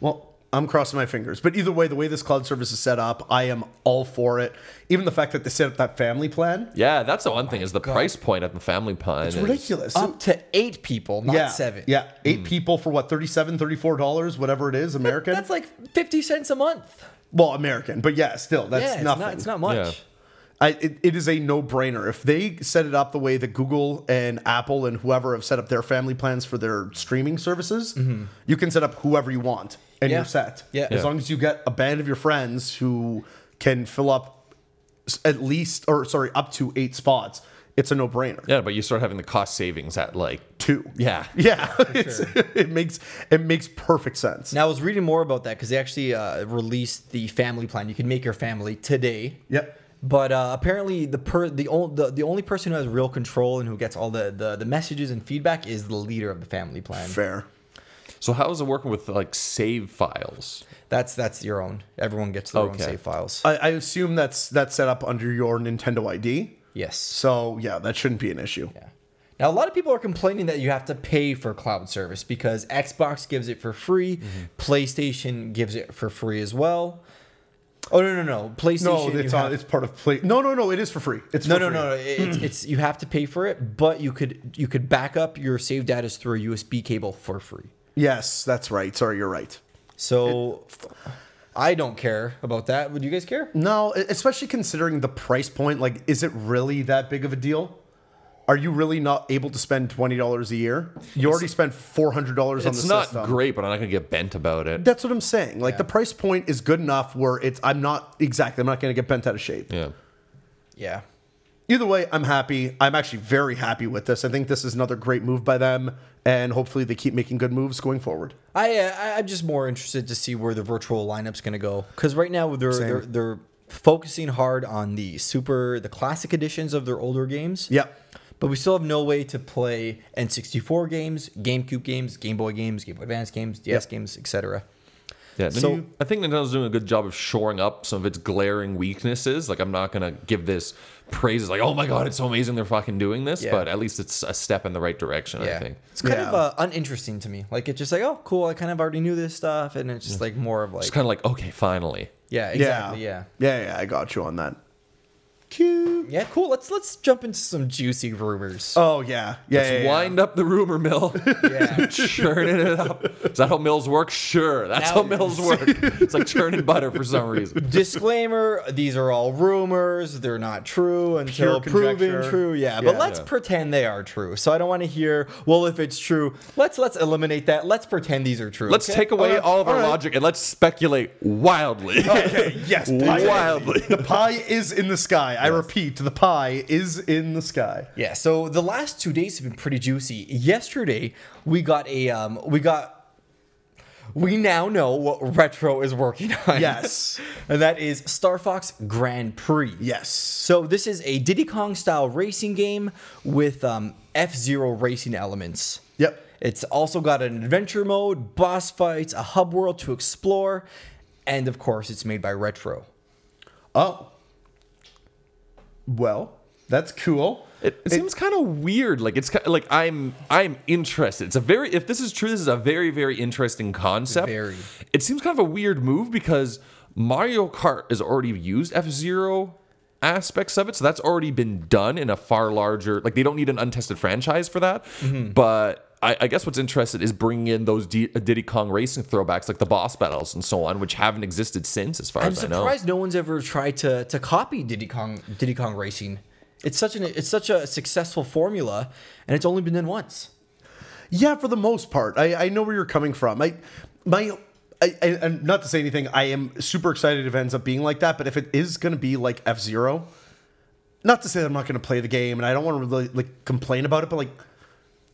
Speaker 3: Well, I'm crossing my fingers. But either way, the way this cloud service is set up, I am all for it. Even the fact that they set up that family plan.
Speaker 2: Yeah, that's the one thing is the price point at the family plan.
Speaker 3: Oh It's
Speaker 2: is-
Speaker 3: ridiculous.
Speaker 1: Up to eight people, not
Speaker 3: yeah,
Speaker 1: seven. Hmm.
Speaker 3: Yeah, eight people for what, 37 $34, whatever it is, American?
Speaker 1: That's like fifty cents a month.
Speaker 3: well, American, but yeah, still, that's
Speaker 1: yeah, it's
Speaker 3: nothing.
Speaker 1: not. It's not much.
Speaker 2: Yeah.
Speaker 3: I, it, it is a no brainer. If they set it up the way that Google and Apple and whoever have set up their family plans for their streaming services, you can set up whoever you want
Speaker 1: Mm-hmm.
Speaker 3: and
Speaker 1: Yeah.
Speaker 3: you're set.
Speaker 1: Yeah.
Speaker 3: As
Speaker 1: Yeah.
Speaker 3: long as you get a band of your friends who can fill up s- at least, or sorry, up to eight spots, it's a no brainer.
Speaker 2: Yeah, but you start having the cost savings at like
Speaker 3: Two.
Speaker 2: yeah.
Speaker 3: Yeah. It's, it makes it makes perfect sense.
Speaker 1: Now I was reading more about that because they actually uh, released the family plan. You can make your family today.
Speaker 3: yep.
Speaker 1: But uh, apparently, the per the, ol- the the only person who has real control and who gets all the, the the messages and feedback is the leader of the family plan.
Speaker 3: Fair.
Speaker 2: So how is it working with like save files?
Speaker 1: That's that's your own. Everyone gets their own
Speaker 2: Okay.
Speaker 1: save files.
Speaker 3: I, I assume that's that's set up under your Nintendo ID.
Speaker 1: yes.
Speaker 3: So yeah, that shouldn't be an issue.
Speaker 1: Yeah. Now a lot of people are complaining that you have to pay for cloud service because Xbox gives it for free,
Speaker 3: Mm-hmm.
Speaker 1: PlayStation gives it for free as well. Oh no no no! PlayStation.
Speaker 3: No, it's
Speaker 1: you
Speaker 3: on,
Speaker 1: have-
Speaker 3: it's part of play. No, no, no, it is for free. It's
Speaker 1: No,
Speaker 3: for
Speaker 1: no,
Speaker 3: free.
Speaker 1: no, no. It's, it's you have to pay for it, but you could you could back up your saved data through a USB cable for free.
Speaker 3: Yes, that's right. Sorry, you're right.
Speaker 1: So I don't care about that. Would you guys care?
Speaker 3: No, e- especially considering the price point. Like, is it really that big of a deal? Are you really not able to spend twenty dollars a year? You already spent four hundred dollars on
Speaker 2: It's
Speaker 3: the
Speaker 2: not
Speaker 3: system.
Speaker 2: great, but I'm not gonna get bent about it.
Speaker 3: That's what I'm saying. Like the price point is good enough where it's. I'm not exactly. I'm not going to get bent out of shape.
Speaker 2: Yeah.
Speaker 1: Yeah.
Speaker 3: Either way, I'm happy. I'm actually very happy with this. I think this is another great move by them, and hopefully they keep making good moves going forward.
Speaker 1: I, uh, I I'm just more interested to see where the virtual lineup's going to go because right now they're they're they're focusing hard on the super the classic editions of their older games.
Speaker 3: Yep.
Speaker 1: But we still have no way to play N64 games, GameCube games, Game Boy games, Game Boy Advance games, DS
Speaker 3: Yep.
Speaker 1: games, etc.
Speaker 2: Yeah.
Speaker 1: So-
Speaker 2: So I think Nintendo's doing a good job of shoring up some of its glaring weaknesses. Like I'm not gonna give this praises like, oh my god, it's so amazing they're fucking doing this,
Speaker 1: Yeah.
Speaker 2: but at least it's a step in the right direction, I think.
Speaker 1: It's kind of
Speaker 3: Yeah.
Speaker 1: uh, uninteresting to me. Like it's just like, oh, cool. I kind of already knew this stuff, and it's just like more of like,
Speaker 2: It's kinda like, okay, finally.
Speaker 1: yeah, exactly, yeah.
Speaker 3: yeah. Yeah, yeah, I got you on that. Cute.
Speaker 1: Yeah, cool. Let's let's jump into some juicy rumors.
Speaker 3: Oh yeah. Yeah. yeah,
Speaker 2: Let's
Speaker 3: yeah.
Speaker 2: wind up the rumor mill.
Speaker 1: yeah.
Speaker 2: churning it up. Is that how mills work? Sure, that's
Speaker 1: Now-
Speaker 2: how mills work. It's like churning butter for some reason.
Speaker 1: Disclaimer: These are all rumors. They're not true until
Speaker 3: Pure
Speaker 1: proven
Speaker 3: conjecture.
Speaker 1: true. Yeah, but
Speaker 3: Yeah.
Speaker 1: let's
Speaker 2: Yeah.
Speaker 1: pretend they are true. So I don't want to hear. Well, if it's true, let's let's eliminate that. Let's pretend these are true.
Speaker 2: Let's
Speaker 1: okay?
Speaker 2: take away
Speaker 3: Alright,
Speaker 2: all of our
Speaker 3: alright.
Speaker 2: logic and let's speculate wildly.
Speaker 3: Okay, yes,
Speaker 2: Wildly.
Speaker 3: The pie is in the sky. I repeat, the pie is in the sky.
Speaker 1: Yeah, so the last two days have been pretty juicy. Yesterday, we got a um, we got we now know what Retro is working on.
Speaker 3: Yes.
Speaker 1: and that is Star Fox Grand Prix.
Speaker 3: Yes.
Speaker 1: So this is a Diddy Kong style racing game with um, F Zero racing elements.
Speaker 3: Yep.
Speaker 1: It's also got an adventure mode, boss fights, a hub world to explore, and of course, it's made by Retro.
Speaker 3: Oh. Well, that's cool.
Speaker 2: It, it seems kind of weird. Like it's ki- like I'm I'm interested. It's a very if this is true, this is a very very interesting concept.
Speaker 1: Very.
Speaker 2: It seems kind of a weird move because Mario Kart has already used F Zero aspects of it, so that's already been done in a far larger. Like they don't need an untested franchise for that.
Speaker 1: Mm-hmm.
Speaker 2: But I, I guess what's interested is bringing in those D- Diddy Kong Racing throwbacks, like the boss battles and so on, which haven't existed since, as far
Speaker 1: I'm
Speaker 2: as I know.
Speaker 1: surprised no one's ever tried to to copy Diddy Kong Diddy Kong Racing. It's such an it's such a successful formula, and it's only been done once.
Speaker 3: Yeah, for the most part, I, I know where you're coming from. I my I, I, and not to say anything. I am super excited if it ends up being like that. But if it is going to be like F Zero, not to say that I'm not going to play the game, and I don't want to really like complain about it, but like,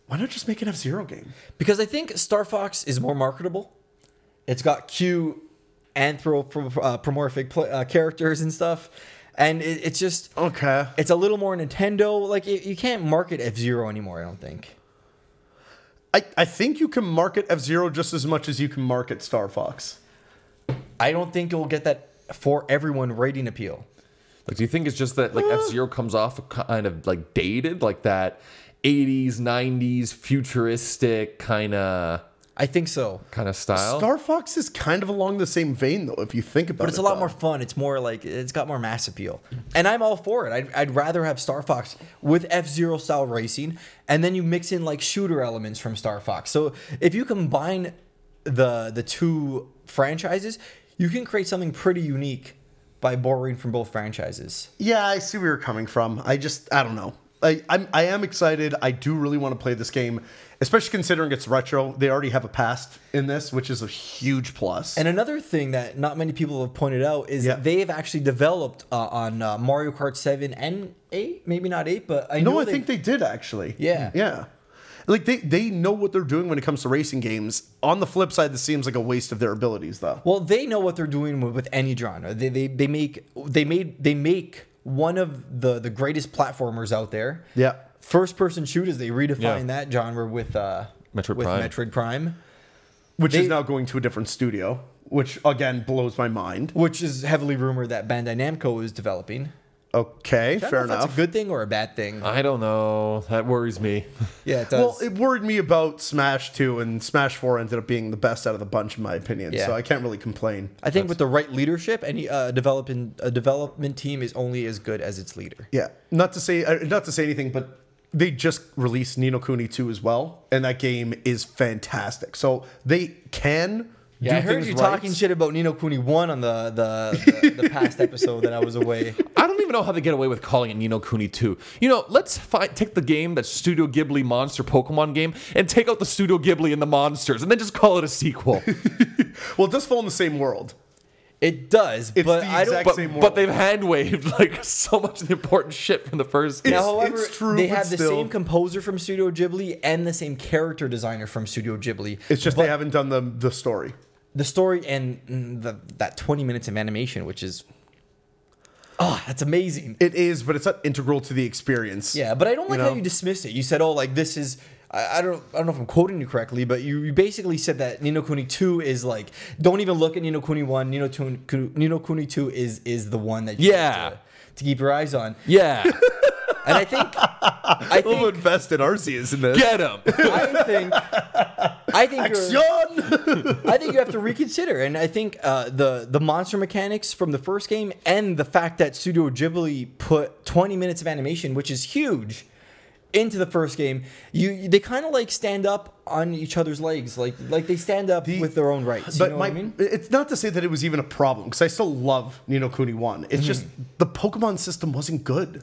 Speaker 3: why not just make an F Zero game?
Speaker 1: Because I think Star Fox is more marketable. It's got cute anthropomorphic pl- uh, characters and stuff, and it, it's just
Speaker 3: Okay.
Speaker 1: it's a little more Nintendo. Like you- you can't market F Zero anymore. I don't think.
Speaker 3: I, I think you can market F Zero just as much as you can market Star Fox.
Speaker 1: I don't think you'll get that for everyone rating appeal.
Speaker 2: Like, do you think it's just that like F
Speaker 3: Mm.
Speaker 2: Zero comes off kind of like dated, like that '80s, '90s futuristic kind of
Speaker 1: I think so.
Speaker 2: kind of style?
Speaker 3: Star Fox is kind of along the same vein though, if you think about it.
Speaker 1: But it's a lot
Speaker 3: though.
Speaker 1: more fun. It's more like it's got more mass appeal, and I'm all for it. I'd, I'd rather have Star Fox with F Zero style racing, and then you mix in like shooter elements from Star Fox. So if you combine the the two franchises, you can create something pretty unique by borrowing from both franchises.
Speaker 3: Yeah, I see where you're coming from. I just, I don't know. I, I'm, I am excited. I do really want to play this game, especially considering it's retro. They already have a past in this, which is a huge plus.
Speaker 1: And another thing that not many people have pointed out is
Speaker 3: Yeah.
Speaker 1: they've actually developed uh, on uh, Mario Kart Seven and Eight, maybe not Eight, but I
Speaker 3: no,
Speaker 1: know
Speaker 3: I
Speaker 1: they-
Speaker 3: think they did actually. Mm,
Speaker 1: Yeah.
Speaker 3: yeah. Like they, they know what they're doing when it comes to racing games. On the flip side, this seems like a waste of their abilities, though.
Speaker 1: Well, they know what they're doing with, with any genre. They, they they make they made they make one of the the greatest platformers out there.
Speaker 3: Yeah.
Speaker 1: First person shooters, they redefine
Speaker 2: Yeah.
Speaker 1: that genre with uh
Speaker 2: Metroid
Speaker 1: with
Speaker 2: Prime.
Speaker 1: Metroid Prime,
Speaker 3: Which
Speaker 1: They-
Speaker 3: is now going to a different studio, which again blows my mind.
Speaker 1: which is heavily rumored that Bandai Namco is developing.
Speaker 3: Okay,
Speaker 1: I don't
Speaker 3: fair
Speaker 1: know if That's
Speaker 3: enough.
Speaker 1: a good thing or a bad thing.
Speaker 2: I don't know. That worries me.
Speaker 1: yeah, it
Speaker 3: Well,
Speaker 1: does.
Speaker 3: it worried me about Smash 2, and Smash 4 ended up being the best out of the bunch, in my opinion.
Speaker 1: Yeah.
Speaker 3: So I can't really complain.
Speaker 1: I think with the right leadership, any uh, developing a development team is only as good as its leader.
Speaker 3: Yeah, not to say uh, not to say anything, but they just released Nino Kuni 2 as well, and that game is fantastic. So they can.
Speaker 1: Yeah,
Speaker 3: do
Speaker 1: I heard
Speaker 3: things
Speaker 1: you
Speaker 3: right.
Speaker 1: talking shit about Nino Kuni one on the the, the, the past episode that I was away.
Speaker 2: I don't even know how they get away with calling it Nino Kuni 2. You know, let's fi- take the game that's Studio Ghibli monster Pokemon game and take out the Studio Ghibli and the monsters and then just call it a sequel.
Speaker 3: Well, it does fall in the same world.
Speaker 1: It does,
Speaker 3: It's
Speaker 1: but
Speaker 3: the
Speaker 1: I don't.
Speaker 3: exact
Speaker 2: but,
Speaker 3: same world.
Speaker 2: but they've hand waved like so much of the important shit from the first game.
Speaker 1: Now, however,
Speaker 3: it's true,
Speaker 1: they
Speaker 3: but
Speaker 1: have the
Speaker 3: still-
Speaker 1: same composer from Studio Ghibli and the same character designer from Studio Ghibli.
Speaker 3: It's just they haven't done the the story.
Speaker 1: the story and mm, the, that 20 minutes of animation, which is. Oh, that's amazing.
Speaker 3: It is, but it's not integral to the experience.
Speaker 1: yeah, but I don't like how
Speaker 3: know?
Speaker 1: you dismissed it. You said, oh, like this is. I, I don't I don't know if I'm quoting you correctly, but you, you basically said that Nino Kuni 2 is like. Don't even look at Nino Kuni 1. Nino, Tun, Ku- Nino Kuni 2 is, is the one that you have
Speaker 2: Yeah.
Speaker 1: to, to keep your eyes on.
Speaker 2: yeah,
Speaker 1: And I think. I
Speaker 3: How
Speaker 1: think.
Speaker 3: invested Arcee is in this.
Speaker 2: get him.
Speaker 1: I think. I think you're-
Speaker 3: John!
Speaker 1: I think you have to reconsider, and I think uh, the the monster mechanics from the first game and the fact that Studio Ghibli put 20 minutes of animation, which is huge, into the first game. You you- they kind of like stand up on each other's legs, like like they stand up with their own rights. You
Speaker 3: but
Speaker 1: know
Speaker 3: my,
Speaker 1: what I mean?
Speaker 3: it's not to say that it was even a problem because I still love Nino Kuni One.
Speaker 1: Mm-hmm.
Speaker 3: It's just the Pokemon system wasn't good.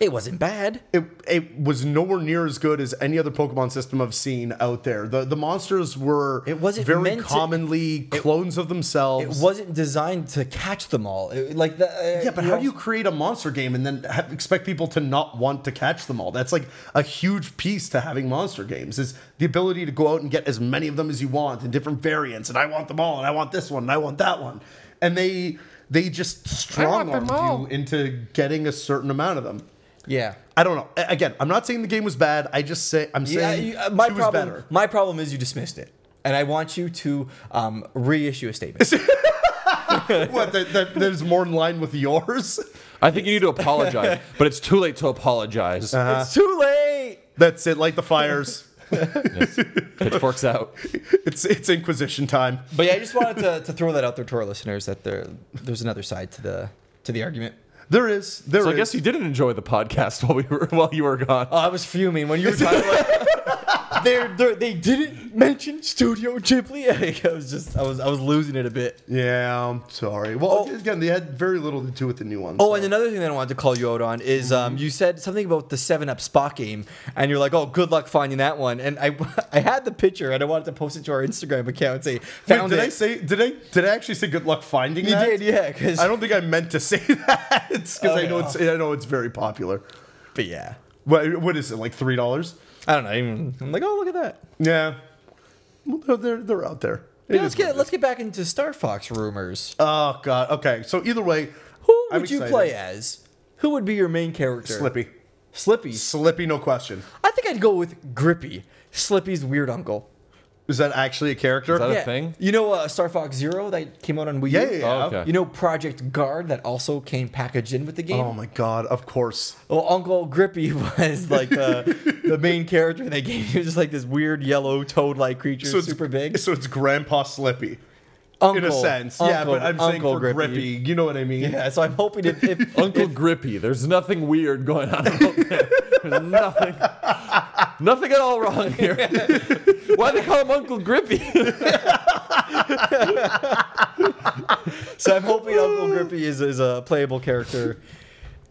Speaker 1: It wasn't bad.
Speaker 3: it, it was nowhere near as good as any other Pokemon system I've seen out there. The the monsters were
Speaker 1: It wasn't
Speaker 3: very
Speaker 1: meant to-
Speaker 3: commonly clones of
Speaker 1: It
Speaker 3: themselves.
Speaker 1: wasn't designed to catch them all. It- like the uh,
Speaker 3: yeah, but how do you
Speaker 1: also-
Speaker 3: create a monster game and then ha- expect people to not want to catch them all? That's like a huge piece to having monster games is the ability to go out and get as many of them as you want and different variants. And I want them all, and I want this one, and I want that one, and they they just strong
Speaker 2: them
Speaker 3: arm
Speaker 2: all.
Speaker 3: you into getting a certain amount of them.
Speaker 1: Yeah.
Speaker 3: I don't know. A- Again, I'm not saying the game was bad. I just say I'm
Speaker 1: Yeah,
Speaker 3: saying
Speaker 1: you- uh, my
Speaker 3: two is
Speaker 1: problem.
Speaker 3: better.
Speaker 1: My problem is you dismissed it, and I want you to um, reissue a statement.
Speaker 3: what? That, that, that is more in line with yours.
Speaker 2: I think you need to apologize, but it's too late to apologize.
Speaker 1: Uh,
Speaker 4: It's too late.
Speaker 3: That's it. Light the fires.
Speaker 2: Pitchforks out.
Speaker 3: it's it's Inquisition time.
Speaker 1: But yeah, I just wanted to, to throw that out there to our listeners that there there's another side to the to the argument.
Speaker 3: There is. There
Speaker 2: So I
Speaker 3: is.
Speaker 2: guess you didn't enjoy the podcast while we were while you were gone.
Speaker 1: Oh, I was fuming when you were talking about they're, they're, they didn't mention Studio Ghibli. I was just I was I was losing it a bit.
Speaker 3: Yeah, I'm sorry. Well, again, they had very little to do with the new ones.
Speaker 1: Oh, and another thing that I wanted to call you out on is
Speaker 3: Mm-hmm.
Speaker 1: um, you said something about the Seven Up Spock game, and you're like, "Oh, good luck finding that one." And I, I had the picture, and I wanted to post it to our Instagram account and say,
Speaker 3: Wait,
Speaker 1: "Found
Speaker 3: did I
Speaker 1: it."
Speaker 3: say? Did I? Did I actually say good luck finding
Speaker 1: you
Speaker 3: that?
Speaker 1: did, Oh, yeah. Because
Speaker 3: I don't think I meant to say that because I know it's I know it's very popular.
Speaker 1: but yeah,
Speaker 3: What, what is it like three dollars?
Speaker 1: I don't know. Even, I'm like, "Oh, look at that."
Speaker 3: Yeah, well, they're- they're they're out there. It
Speaker 1: But let's
Speaker 3: is what
Speaker 1: get
Speaker 3: it
Speaker 1: let's get back into Star Fox rumors.
Speaker 3: is. Oh God. Okay. So either way,
Speaker 1: Who
Speaker 3: I'm
Speaker 1: would you
Speaker 3: excited.
Speaker 1: play as? Who would be your main character?
Speaker 3: Slippy.
Speaker 1: Slippy.
Speaker 3: Slippy, no question.
Speaker 1: I think I'd go with Grippy, Slippy's weird uncle.
Speaker 3: Is that actually a character?
Speaker 2: Is that a thing?
Speaker 1: You know uh, Star Fox Zero that came out on Wii U?
Speaker 3: yeah, yeah. yeah.
Speaker 2: Oh, okay.
Speaker 1: You know Project Guard that also came packaged in with the game?
Speaker 3: Oh my God! Of course.
Speaker 1: Well, Uncle Grippy was like the, the main character in that game. He was just like this weird yellow toad-like creature,
Speaker 3: it's-
Speaker 1: super big.
Speaker 3: So it's Grandpa Slippy.
Speaker 1: Uncle,
Speaker 3: in a sense. yeah, but I'm saying for grippy. You know what I mean?
Speaker 1: Yeah, so I'm hoping if, if
Speaker 2: Uncle Grippy. There's nothing weird going on. About that. There's nothing. Nothing at all wrong here. Why they call him Uncle Grippy?
Speaker 1: so I'm hoping Uncle Grippy is, is a playable character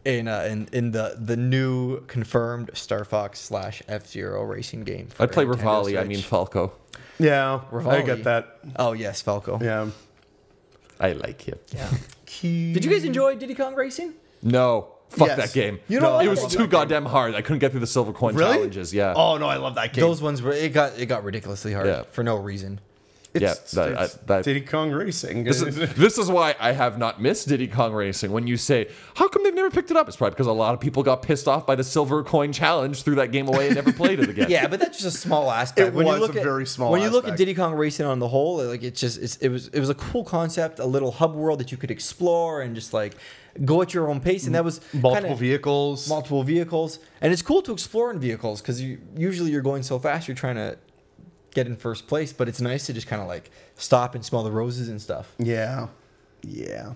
Speaker 1: in uh, in in the the new confirmed Star Fox slash F Zero racing game. for
Speaker 2: I'd play
Speaker 1: Nintendo
Speaker 2: Rivali. I mean
Speaker 1: Switch.
Speaker 2: Falco.
Speaker 3: Yeah, I
Speaker 1: Rivali.
Speaker 3: get that.
Speaker 1: oh yes, Falco.
Speaker 3: Yeah.
Speaker 2: I like him.
Speaker 1: Did you guys enjoy Diddy Kong Racing?
Speaker 2: No. Fuck
Speaker 3: Yes.
Speaker 2: that game.
Speaker 1: You don't
Speaker 2: it
Speaker 1: like
Speaker 2: was
Speaker 1: that
Speaker 2: too goddamn hard. I couldn't get through the silver coin
Speaker 3: Really?
Speaker 2: challenges. Yeah.
Speaker 3: Oh no, I love that game.
Speaker 1: Those ones were it got it got ridiculously hard
Speaker 2: Yeah.
Speaker 1: for no reason.
Speaker 2: yeah, that- I- that-
Speaker 3: Diddy Kong Racing.
Speaker 2: This is, this is why I have not missed Diddy Kong Racing. When you say, how come they've never picked it up? It's probably because a lot of people got pissed off by the silver coin challenge, threw that game away, and never played it again.
Speaker 1: Yeah, but that's just a small aspect.
Speaker 3: It was a very small
Speaker 1: When you look at
Speaker 3: aspect.
Speaker 1: Diddy Kong Racing on the whole, like it's just it's, it was it was a cool concept, a little hub world that you could explore and just like go at your own pace, and that was
Speaker 3: multiple
Speaker 1: kinda-
Speaker 3: vehicles.
Speaker 1: multiple vehicles, and it's cool to explore in vehicles because you usually you're going so fast you're trying to get in first place, but it's nice to just kind of like stop and smell the roses and stuff.
Speaker 3: yeah. Yeah.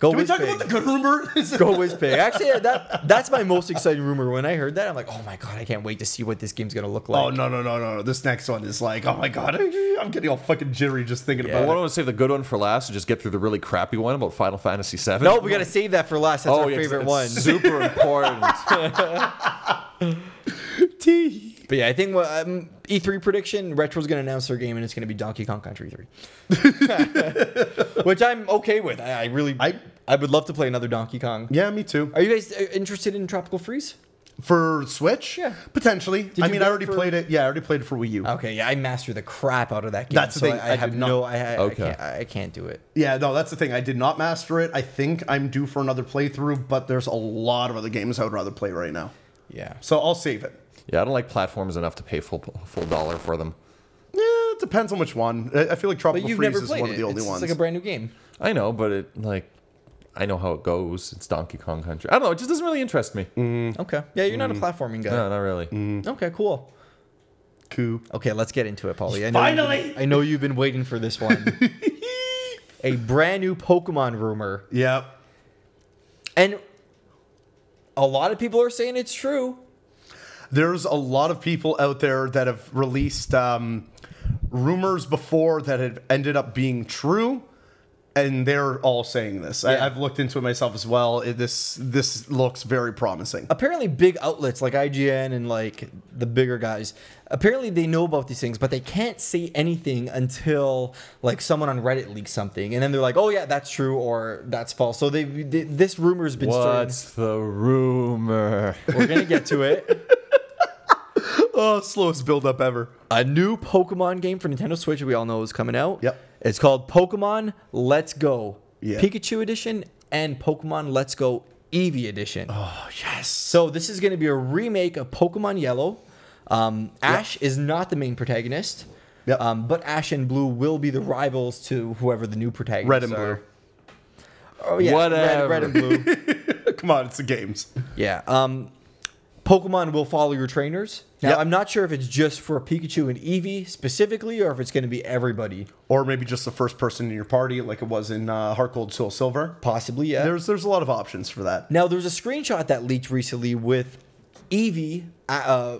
Speaker 1: Go
Speaker 3: Can we
Speaker 1: with
Speaker 3: talk about the good rumor? Is it-
Speaker 1: Go Whizpig. Actually, that that's my most exciting rumor. When I heard that, I'm like, oh my god, I can't wait to see what this game's gonna look like.
Speaker 3: oh no no no no no! This next one is like, oh my god, I'm getting all fucking jittery just thinking
Speaker 2: I
Speaker 3: about
Speaker 2: want to save the good one for last and just get through the really crappy one about Final Fantasy VII.
Speaker 1: No, we gotta save that for last. That's
Speaker 2: oh,
Speaker 1: our
Speaker 2: yeah, 'cause
Speaker 1: favorite
Speaker 2: it's
Speaker 1: one.
Speaker 2: Super important.
Speaker 3: it.
Speaker 1: But yeah, I think um, E3 prediction Retro's going to announce their game and it's going to be Donkey Kong Country 3. Which I'm okay with. I, I really I,
Speaker 3: I-
Speaker 1: I would love to play another Donkey Kong.
Speaker 3: Yeah, me too.
Speaker 1: Are you guys uh, interested in Tropical Freeze?
Speaker 3: For Switch,
Speaker 1: Yeah.
Speaker 3: potentially. I
Speaker 1: you
Speaker 3: mean,
Speaker 1: get
Speaker 3: I
Speaker 1: it
Speaker 3: already
Speaker 1: for-
Speaker 3: played it. Yeah, I already played it for Wii U.
Speaker 1: Okay, yeah, I mastered the crap out of that game.
Speaker 3: That's the
Speaker 1: so
Speaker 3: thing,
Speaker 1: I, I
Speaker 3: I
Speaker 1: have
Speaker 3: did not-
Speaker 1: no I, I,
Speaker 2: Okay.
Speaker 1: I, can't, I can't do it.
Speaker 3: Yeah, no, that's the thing. I did not master it. I think I'm due for another playthrough, but there's a lot of other games I would rather play right now.
Speaker 1: Yeah.
Speaker 3: So I'll save it.
Speaker 2: yeah, I don't like platforms enough to pay full full dollar for them.
Speaker 3: Yeah, it depends on which one. I I feel like
Speaker 1: But
Speaker 3: Tropical
Speaker 1: you've
Speaker 3: Freeze
Speaker 1: never
Speaker 3: is
Speaker 1: played
Speaker 3: one
Speaker 1: it.
Speaker 3: of the only
Speaker 1: it's,
Speaker 3: ones.
Speaker 1: it's like a brand new game.
Speaker 2: I know, but it like I know how it goes. It's Donkey Kong Country. I don't know. It just doesn't really interest me.
Speaker 1: Mm. Okay. Yeah, you're not a platforming guy.
Speaker 2: No, not really.
Speaker 1: Okay, cool.
Speaker 3: Coop.
Speaker 1: Okay, let's get into it, Polly. I know Finally! I know you've been waiting for this one. a brand new Pokemon rumor
Speaker 3: Yep.
Speaker 1: And a lot of people are saying it's true.
Speaker 3: There's a lot of people out there that have released um, rumors before that have ended up being true, and they're all saying this.
Speaker 1: Yeah.
Speaker 3: I, I've looked into it myself as well. It, this this looks very promising.
Speaker 1: Apparently, big outlets like IGN and like the bigger guys, apparently they know about these things, but they can't say anything until like someone on Reddit leaks something, and then they're like, "Oh yeah, that's true" or "That's false." So they, they this rumor's been started.
Speaker 2: What's the rumor?
Speaker 1: We're gonna get to it.
Speaker 3: Oh, slowest build up ever.
Speaker 1: A new Pokemon game for Nintendo Switch, we all know, is coming out.
Speaker 3: Yep.
Speaker 1: It's called Pokemon Let's Go
Speaker 3: Yeah.
Speaker 1: Pikachu Edition and Pokemon Let's Go Eevee Edition.
Speaker 3: Oh yes.
Speaker 1: So this is going to be a remake of Pokemon Yellow. Um, Ash is not the main protagonist.
Speaker 3: Yep.
Speaker 1: Um, but Ash and Blue will be the rivals to whoever the new protagonists
Speaker 3: Red and
Speaker 1: are.
Speaker 3: blue.
Speaker 1: Oh, yeah. Red, red and blue.
Speaker 3: Come on, it's the games.
Speaker 1: Yeah. Um, Pokemon will follow your trainers. Now,
Speaker 3: Yep.
Speaker 1: I'm not sure if it's just for Pikachu and Eevee specifically, or if it's going to be everybody.
Speaker 3: Or maybe just the first person in your party, like it was in uh, Heart Gold Soul Silver.
Speaker 1: Possibly, yeah.
Speaker 3: There's there's a lot of options for that.
Speaker 1: now, there's a screenshot that leaked recently with Eevee, uh, uh,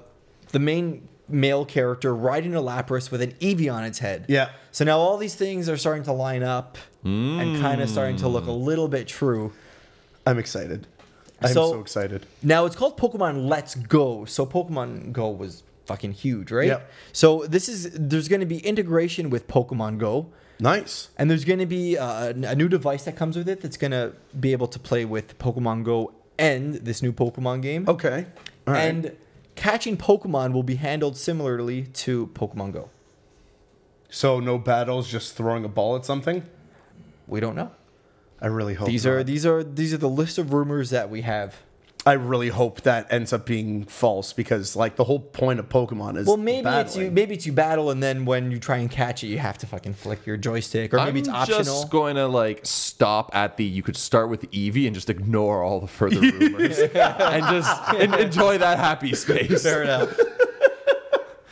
Speaker 1: the main male character, riding a Lapras with an Eevee on its head.
Speaker 3: Yeah.
Speaker 1: So now all these things are starting to line up and kind of starting to look
Speaker 3: Hmm.
Speaker 1: a little bit true.
Speaker 3: I'm excited. I'm so,
Speaker 1: So-
Speaker 3: excited.
Speaker 1: Now it's called Pokemon Let's Go. So Pokemon Go was fucking huge, right?
Speaker 3: Yep.
Speaker 1: So this is there's going to be integration with Pokemon Go,
Speaker 3: Nice.
Speaker 1: and there's going to be uh, a new device that comes with it that's going to be able to play with Pokemon Go and this new Pokemon game.
Speaker 3: Okay. All right.
Speaker 1: And catching Pokemon will be handled similarly to Pokemon Go.
Speaker 3: so no battles, just throwing a ball at something.
Speaker 1: We don't know.
Speaker 3: I really hope
Speaker 1: These
Speaker 3: not.
Speaker 1: are these are these are the list of rumors that we have.
Speaker 3: I really hope that ends up being false because like the whole point of Pokemon is
Speaker 1: Well, maybe it's you.
Speaker 3: battling.
Speaker 1: Maybe it's you battle, and then when you try and catch it, you have to fucking flick your joystick, or maybe it's
Speaker 2: I'm
Speaker 1: optional.
Speaker 2: just going to like stop at the. You could start with Eevee and just ignore all the further rumors and just en- enjoy that happy space.
Speaker 1: Fair enough.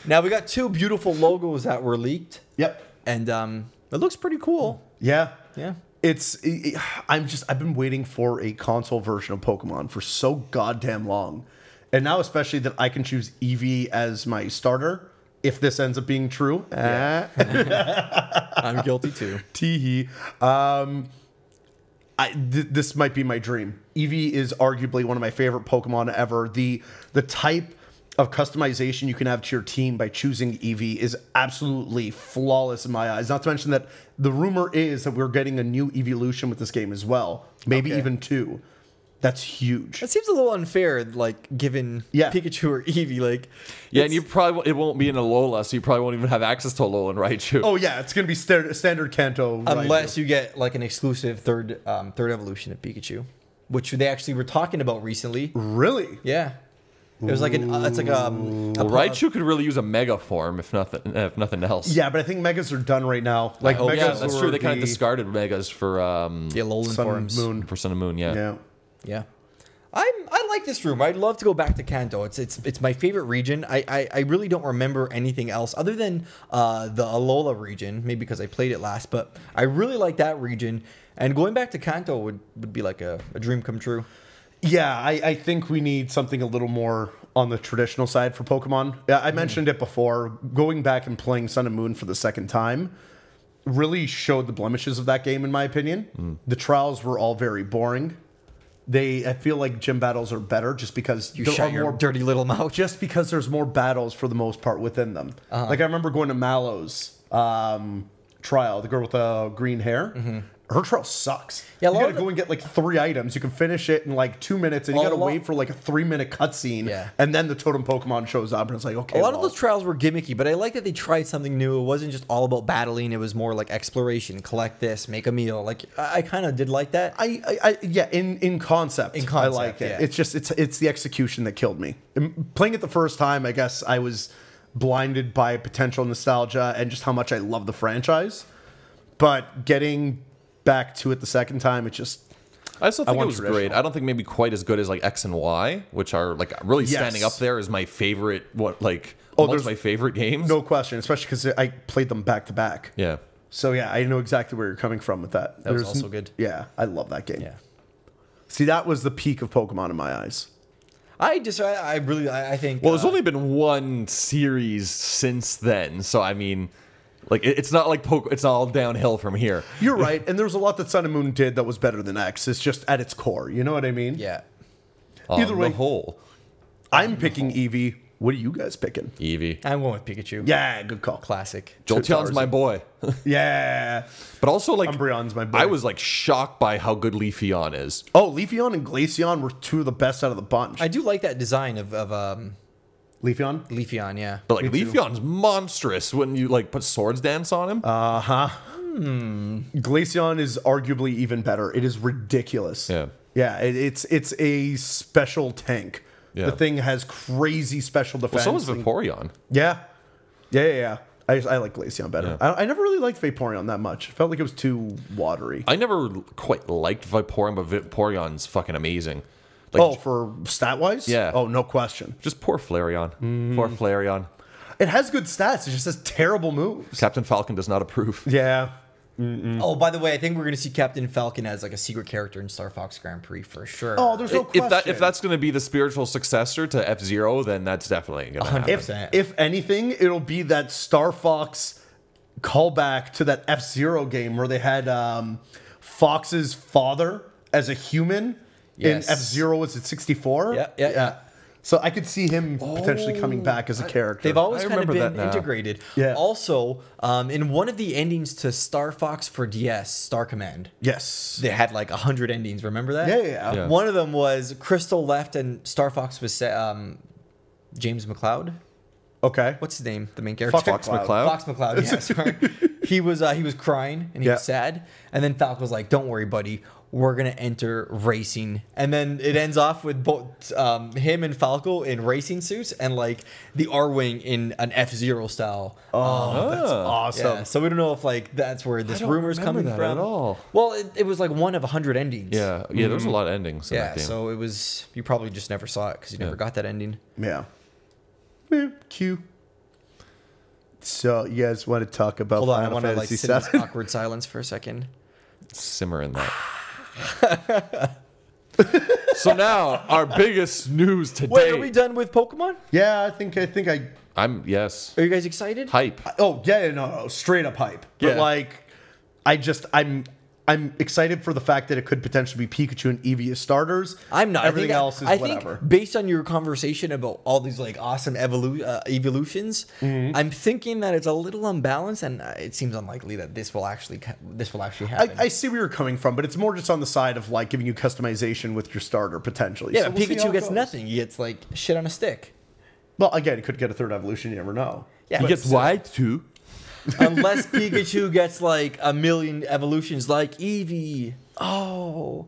Speaker 1: now we got two beautiful logos that were leaked,
Speaker 3: Yep.
Speaker 1: and um, it looks pretty cool.
Speaker 3: Yeah.
Speaker 1: Yeah.
Speaker 3: It's i i- I'm just I've been waiting for a console version of Pokemon for so goddamn long. And now especially that I can choose Eevee as my starter if this ends up being true. Eh.
Speaker 1: I'm guilty too.
Speaker 3: Teehee. Um, I, th- this might be my dream. Eevee is arguably one of my favorite Pokemon ever. The the type of customization you can have to your team by choosing Eevee is absolutely flawless in my eyes. Not to mention that the rumor is that we're getting a new evolution with this game as well. Maybe
Speaker 1: Okay.
Speaker 3: even two. That's huge.
Speaker 1: It seems a little unfair, like given
Speaker 3: Yeah.
Speaker 1: Pikachu or Eevee, like
Speaker 2: Yeah, and you probably won't- it won't be in Alola, so you probably won't even have access to Alolan Raichu.
Speaker 3: oh yeah, it's gonna be sta- standard Kanto. Raichu.
Speaker 1: unless you get like an exclusive third um, third evolution of Pikachu, which they actually were talking about recently.
Speaker 3: really,
Speaker 1: Yeah. It was like an uh, it's like um, a,
Speaker 2: Well, Raichu could really use a Mega form if nothing if nothing else.
Speaker 3: yeah, but I think Megas are done right now. Like
Speaker 2: Oh,
Speaker 3: Megas
Speaker 2: yeah, that's
Speaker 3: were
Speaker 2: true. They kind
Speaker 3: the
Speaker 2: of discarded Megas for um
Speaker 1: the Alolan
Speaker 3: Sun
Speaker 1: forms.
Speaker 3: Moon.
Speaker 2: for Sun and Moon. Yeah.
Speaker 3: Yeah.
Speaker 1: Yeah. I'm, I like this room. I'd love to go back to Kanto. It's it's it's my favorite region. I, I, I really don't remember anything else other than uh, the Alola region, maybe because I played it last, but I really like that region. And going back to Kanto would, would be like a, a dream come true.
Speaker 3: Yeah, I, I think we need something a little more on the traditional side for Pokemon. Yeah,
Speaker 1: Mm-hmm.
Speaker 3: I mentioned it before. Going back and playing Sun and Moon for the second time really showed the blemishes of that game, in my opinion.
Speaker 1: Mm.
Speaker 3: The trials were all very boring. They, I feel like gym battles are better just because
Speaker 1: You
Speaker 3: there
Speaker 1: shut
Speaker 3: are
Speaker 1: your
Speaker 3: more
Speaker 1: dirty little mouth.
Speaker 3: just because there's more battles for the most part within them.
Speaker 1: Uh-huh.
Speaker 3: Like I remember going to Mallow's um, trial, the girl with the green hair. Her trial sucks.
Speaker 1: Mm-hmm. Yeah, a
Speaker 3: you
Speaker 1: lot
Speaker 3: gotta
Speaker 1: of the-
Speaker 3: go and get like three items. You can finish it in like two minutes, and you
Speaker 1: Well, a
Speaker 3: gotta
Speaker 1: lot-
Speaker 3: wait for like a three minute cutscene,
Speaker 1: Yeah.
Speaker 3: and then the totem Pokemon shows up, and it's like okay.
Speaker 1: A lot of
Speaker 3: well,
Speaker 1: those trials were gimmicky, but I like that they tried something new. It wasn't just all about battling. It was more like exploration, collect this, make a meal. Like I, I kind of did like that.
Speaker 3: I, I, I yeah in in concept,
Speaker 1: In
Speaker 3: I
Speaker 1: concept,
Speaker 3: like it.
Speaker 1: yeah.
Speaker 3: It's just it's it's the execution that killed me. And playing it the first time, I guess I was blinded by potential nostalgia and just how much I love the franchise. But getting back to it the second time, it just
Speaker 2: I still think it
Speaker 3: want
Speaker 2: was
Speaker 3: traditional.
Speaker 2: great. I don't think maybe quite as good as like X and Y, which are like really standing
Speaker 3: Yes.
Speaker 2: up there as my favorite. What like
Speaker 3: Oh,
Speaker 2: amongst my
Speaker 3: there's
Speaker 2: favorite games.
Speaker 3: no question, especially because I played them back to back.
Speaker 2: Yeah.
Speaker 3: So yeah, I know exactly where you're coming from with that. That
Speaker 1: was also good.
Speaker 3: Yeah, I love that game.
Speaker 1: Yeah.
Speaker 3: See, that was the peak of Pokemon in my eyes.
Speaker 1: I just I, I really I, I think
Speaker 2: Well, there's
Speaker 1: uh,
Speaker 2: only been one series since then, so I mean, like it- it's not like poke. It's all downhill from here.
Speaker 3: You're right, and there's a lot that Sun and Moon did that was better than X. It's just at its core, you know what I mean?
Speaker 1: yeah.
Speaker 2: On
Speaker 3: Either way-
Speaker 2: the whole,
Speaker 3: I'm picking Eevee. What are you guys picking?
Speaker 2: Eevee,
Speaker 1: I'm going with Pikachu.
Speaker 3: Yeah, good call.
Speaker 1: Classic.
Speaker 2: Jolteon's my boy.
Speaker 3: Yeah.
Speaker 2: But also like
Speaker 3: Umbreon's my boy.
Speaker 2: I was like shocked by how good Leafeon is.
Speaker 3: Oh, Leafeon and Glaceon were two of the best out of the bunch.
Speaker 1: I do like that design of, of um,
Speaker 3: Leafeon?
Speaker 1: Leafeon, yeah.
Speaker 2: But like Leafeon's monstrous when you like put swords dance on him.
Speaker 3: Uh, Glaceon is arguably even better. It is ridiculous.
Speaker 2: Yeah.
Speaker 3: Yeah, it, it's it's a special tank.
Speaker 2: Yeah.
Speaker 3: The thing has crazy special
Speaker 2: well,
Speaker 3: defense.
Speaker 2: so was
Speaker 3: and-
Speaker 2: Vaporeon.
Speaker 3: yeah. Yeah, yeah, yeah. I, I like Glaceon better.
Speaker 2: Yeah.
Speaker 3: I, I never really liked Vaporeon that much. Felt like it was too watery.
Speaker 2: I never quite liked Vaporeon, but Vaporeon's fucking amazing. Like,
Speaker 3: oh, for stat wise,
Speaker 2: Yeah.
Speaker 3: Oh, no question.
Speaker 2: just poor Flareon.
Speaker 3: Mm.
Speaker 2: Poor Flareon.
Speaker 3: It has good stats. It just has terrible moves.
Speaker 2: Captain Falcon does not approve.
Speaker 3: Yeah.
Speaker 2: Mm.
Speaker 1: Oh, by the way, I think we're gonna see Captain Falcon as like a secret character in Star Fox Grand Prix for sure.
Speaker 3: Oh, there's no question.
Speaker 2: if that if that's going to be the spiritual successor to F Zero, then that's definitely
Speaker 1: Oh,
Speaker 2: going to happen.
Speaker 3: if, if anything, it'll be that Star Fox callback to that F Zero game where they had um, Fox's father as a human
Speaker 1: Yes.
Speaker 3: in F Zero. Was it sixty four?
Speaker 1: Yeah, yeah, yeah. Oh,
Speaker 3: So I could see him potentially coming back as a character.
Speaker 1: They've always
Speaker 2: I
Speaker 1: kind of
Speaker 2: remember that
Speaker 1: been
Speaker 2: now.
Speaker 1: integrated.
Speaker 3: Yeah.
Speaker 1: Also, um, in one of the endings to Star Fox for DS, Star Command,
Speaker 3: yes.
Speaker 1: they had like hundred endings. Remember that?
Speaker 3: Yeah, yeah, yeah. Yeah.
Speaker 1: One of them was Crystal left and Star Fox was set, um, James McLeod.
Speaker 3: Okay.
Speaker 1: What's his name? The main character.
Speaker 2: Fox
Speaker 3: Cloud.
Speaker 2: McCloud.
Speaker 1: Fox McCloud, yeah, sorry. he was uh, he was crying and he
Speaker 3: Yeah.
Speaker 1: was sad, and then Falcon was like, "Don't worry, buddy, we're gonna enter racing." And then it ends off with both um, him and Falco in racing suits and like the R wing in an F Zero style.
Speaker 3: Oh, that's awesome.
Speaker 1: yeah. So we don't know if like that's where this
Speaker 2: don't
Speaker 1: rumor's
Speaker 2: remember
Speaker 1: coming
Speaker 2: that
Speaker 1: from
Speaker 2: at all.
Speaker 1: Well, it, it was like one of a hundred endings.
Speaker 2: yeah, yeah.
Speaker 1: Mm.
Speaker 2: There's a lot of endings. In
Speaker 1: Yeah,
Speaker 2: that game.
Speaker 1: so it was you probably just never saw it because you never
Speaker 2: Yeah.
Speaker 1: got that ending.
Speaker 3: Yeah. Eh, Q. So you guys want to talk about
Speaker 1: Hold on, I
Speaker 3: Final
Speaker 1: want to like
Speaker 3: Fantasy
Speaker 1: sit in this
Speaker 3: VII?
Speaker 1: awkward silence for a second.
Speaker 2: simmer in that. so now our biggest news today.
Speaker 1: Wait, are we done with Pokemon?
Speaker 3: yeah, I think I think I.
Speaker 2: I'm yes.
Speaker 1: Are you guys excited?
Speaker 2: Hype.
Speaker 3: Oh yeah, no, no, straight up hype. But
Speaker 2: Yeah.
Speaker 3: like, I just I'm I'm excited for the fact that it could potentially be Pikachu and Eevee as starters.
Speaker 1: I'm not. I
Speaker 3: Everything
Speaker 1: think-
Speaker 3: else is
Speaker 1: I think
Speaker 3: whatever.
Speaker 1: based on your conversation about all these like awesome evolu- uh, evolutions,
Speaker 3: Mm-hmm.
Speaker 1: I'm thinking that it's a little unbalanced, and uh, it seems unlikely that this will actually ca- this will actually
Speaker 3: I,
Speaker 1: happen.
Speaker 3: I see where you're coming from, but it's more just on the side of like giving you customization with your starter potentially.
Speaker 1: yeah,
Speaker 3: So
Speaker 1: but
Speaker 3: we'll see how
Speaker 1: Pikachu
Speaker 3: it
Speaker 1: gets
Speaker 3: goes.
Speaker 1: nothing. He gets like shit on a stick.
Speaker 3: Well, again, it could get a third evolution. You never know.
Speaker 1: Yeah,
Speaker 2: He
Speaker 1: but-
Speaker 2: gets wide too.
Speaker 1: unless Pikachu gets like a million evolutions, like Eevee. Oh,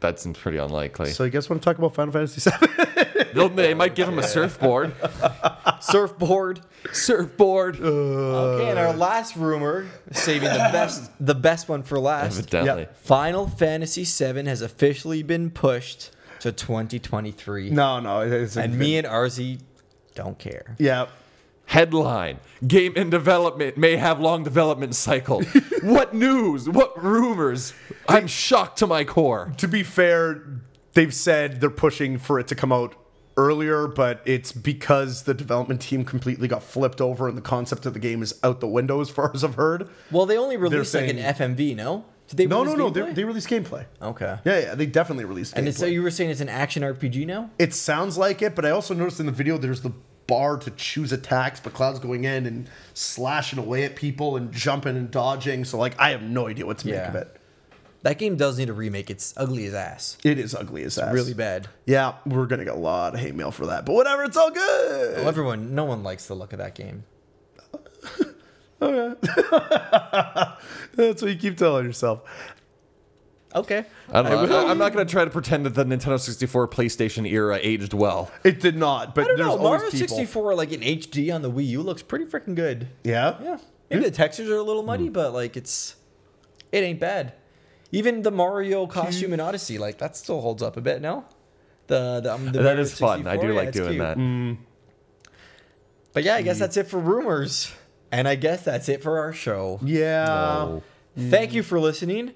Speaker 2: That seems pretty unlikely.
Speaker 3: So you guys want to talk about Final Fantasy VII?
Speaker 2: They'll- they might give him a surfboard.
Speaker 1: Ah. surfboard.
Speaker 2: surfboard.
Speaker 1: okay, and
Speaker 3: Uh,
Speaker 1: our last rumor, saving the best the best one for last.
Speaker 2: Evidently.
Speaker 3: Yeah.
Speaker 1: Final Fantasy VII has officially been pushed to 2023,
Speaker 3: no, no. it- It's
Speaker 1: and me and RZ don't care.
Speaker 3: yeah.
Speaker 2: Headline: Game in development may have long development cycle. what news? What rumors? I'm shocked to my core.
Speaker 3: to be fair, they've said they're pushing for it to come out earlier, but it's because the development team completely got flipped over and the concept of the game is out the window as far as I've heard.
Speaker 1: Well, they only released like an
Speaker 3: saying-
Speaker 1: FMV, no? Did they
Speaker 3: No, no,
Speaker 1: release
Speaker 3: no.
Speaker 1: gameplay?
Speaker 3: They, they released gameplay.
Speaker 1: okay.
Speaker 3: Yeah, yeah. They definitely released gameplay.
Speaker 1: and it's, so you were saying it's an action RPG now?
Speaker 3: it sounds like it, but I also noticed in the video there's the bar to choose attacks, but Cloud's going in and slashing away at people and jumping and dodging. So, like, I have no idea what to
Speaker 1: Yeah.
Speaker 3: make of it.
Speaker 1: That game does need a remake. It's ugly as ass.
Speaker 3: It is ugly as ass.
Speaker 1: Really bad.
Speaker 3: Yeah, we're going to get a lot of hate mail for that, but whatever. It's all good.
Speaker 1: Well, everyone, no one likes the look of that game.
Speaker 3: That's what you keep telling yourself.
Speaker 1: Okay.
Speaker 2: I don't know. I am not going to try to pretend that the Nintendo 64 PlayStation era aged well.
Speaker 3: It did not, but
Speaker 1: I don't
Speaker 3: there's
Speaker 1: know.
Speaker 3: always
Speaker 1: Mario
Speaker 3: people.
Speaker 1: 64, like in HD on the Wii U, looks pretty freaking good.
Speaker 3: Yeah,
Speaker 1: Yeah. Maybe the textures are a little muddy,
Speaker 2: Hmm.
Speaker 1: but like it's it ain't bad. Even the Mario costume in Odyssey, like that still holds up a bit, no? The the, um, the
Speaker 2: That
Speaker 1: Mario
Speaker 2: is fun. I
Speaker 1: 64,
Speaker 2: do
Speaker 1: yeah,
Speaker 2: like
Speaker 1: it's
Speaker 2: doing
Speaker 1: cute. Mm.
Speaker 2: that.
Speaker 1: But yeah, I guess that's it for rumors. And I guess that's it for our show.
Speaker 3: yeah.
Speaker 1: Um,
Speaker 2: Oh.
Speaker 1: Thank you for listening.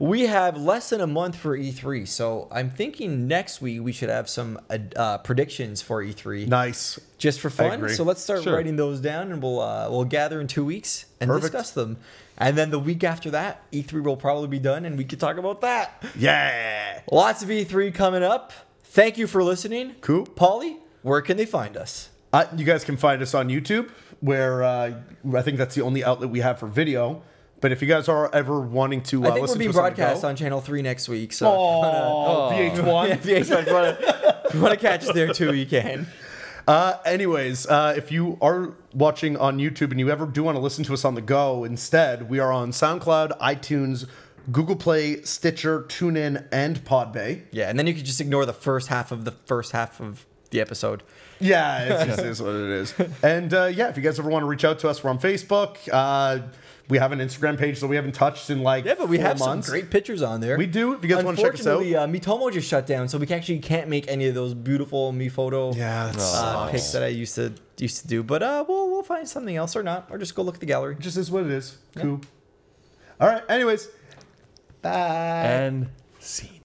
Speaker 1: We have less than a month for E3, so I'm thinking next week we should have some uh, uh, predictions for E3
Speaker 3: Nice.
Speaker 1: just for fun.
Speaker 3: agree.
Speaker 1: So let's start
Speaker 2: Sure.
Speaker 1: writing those down, and we'll uh, we'll gather in two weeks and
Speaker 3: Perfect.
Speaker 1: discuss them. And then the week after that, E3 will probably be done, and we could talk about that.
Speaker 3: Yeah.
Speaker 1: Lots of E3 coming up. Thank you for listening.
Speaker 3: Cool.
Speaker 1: Polly, where can they find us?
Speaker 3: Uh, you guys can find us on YouTube, where uh, I think that's the only outlet we have for video. But if you guys are ever wanting to,
Speaker 1: I
Speaker 3: uh,
Speaker 1: think we'll
Speaker 3: listen
Speaker 1: be
Speaker 3: to us
Speaker 1: broadcast
Speaker 3: on.
Speaker 1: on Oh. Channel 3 next week.
Speaker 3: the
Speaker 1: So
Speaker 3: go- Aw, VH1.
Speaker 1: if you want to catch us there too, you can.
Speaker 3: Uh, anyways, uh, if you are watching on YouTube and you ever do want to listen to us on the go, instead, we are on SoundCloud, iTunes, Google Play, Stitcher, TuneIn, and Podbay.
Speaker 1: Yeah, and then you could just ignore the first half of the first half of the episode.
Speaker 3: Yeah, it just is what it is. And uh, yeah, if you guys ever want to reach out to us, we're on Facebook. Uh, we have an Instagram page that we haven't touched in like
Speaker 1: Yeah, but we
Speaker 3: four
Speaker 1: have
Speaker 3: months.
Speaker 1: some great pictures on there.
Speaker 3: We do, if you guys wanna check us out.
Speaker 1: Unfortunately, uh, Mitomo just shut down, so we actually can't make any of those beautiful Mi photo
Speaker 3: Yeah, that
Speaker 1: uh,
Speaker 3: sucks.
Speaker 1: pics that I used to used to do. But uh, we'll we'll find something else or not, or just go look at the gallery.
Speaker 3: It just is what it is. Cool. All right. Anyways,
Speaker 1: Bye.
Speaker 2: And scene.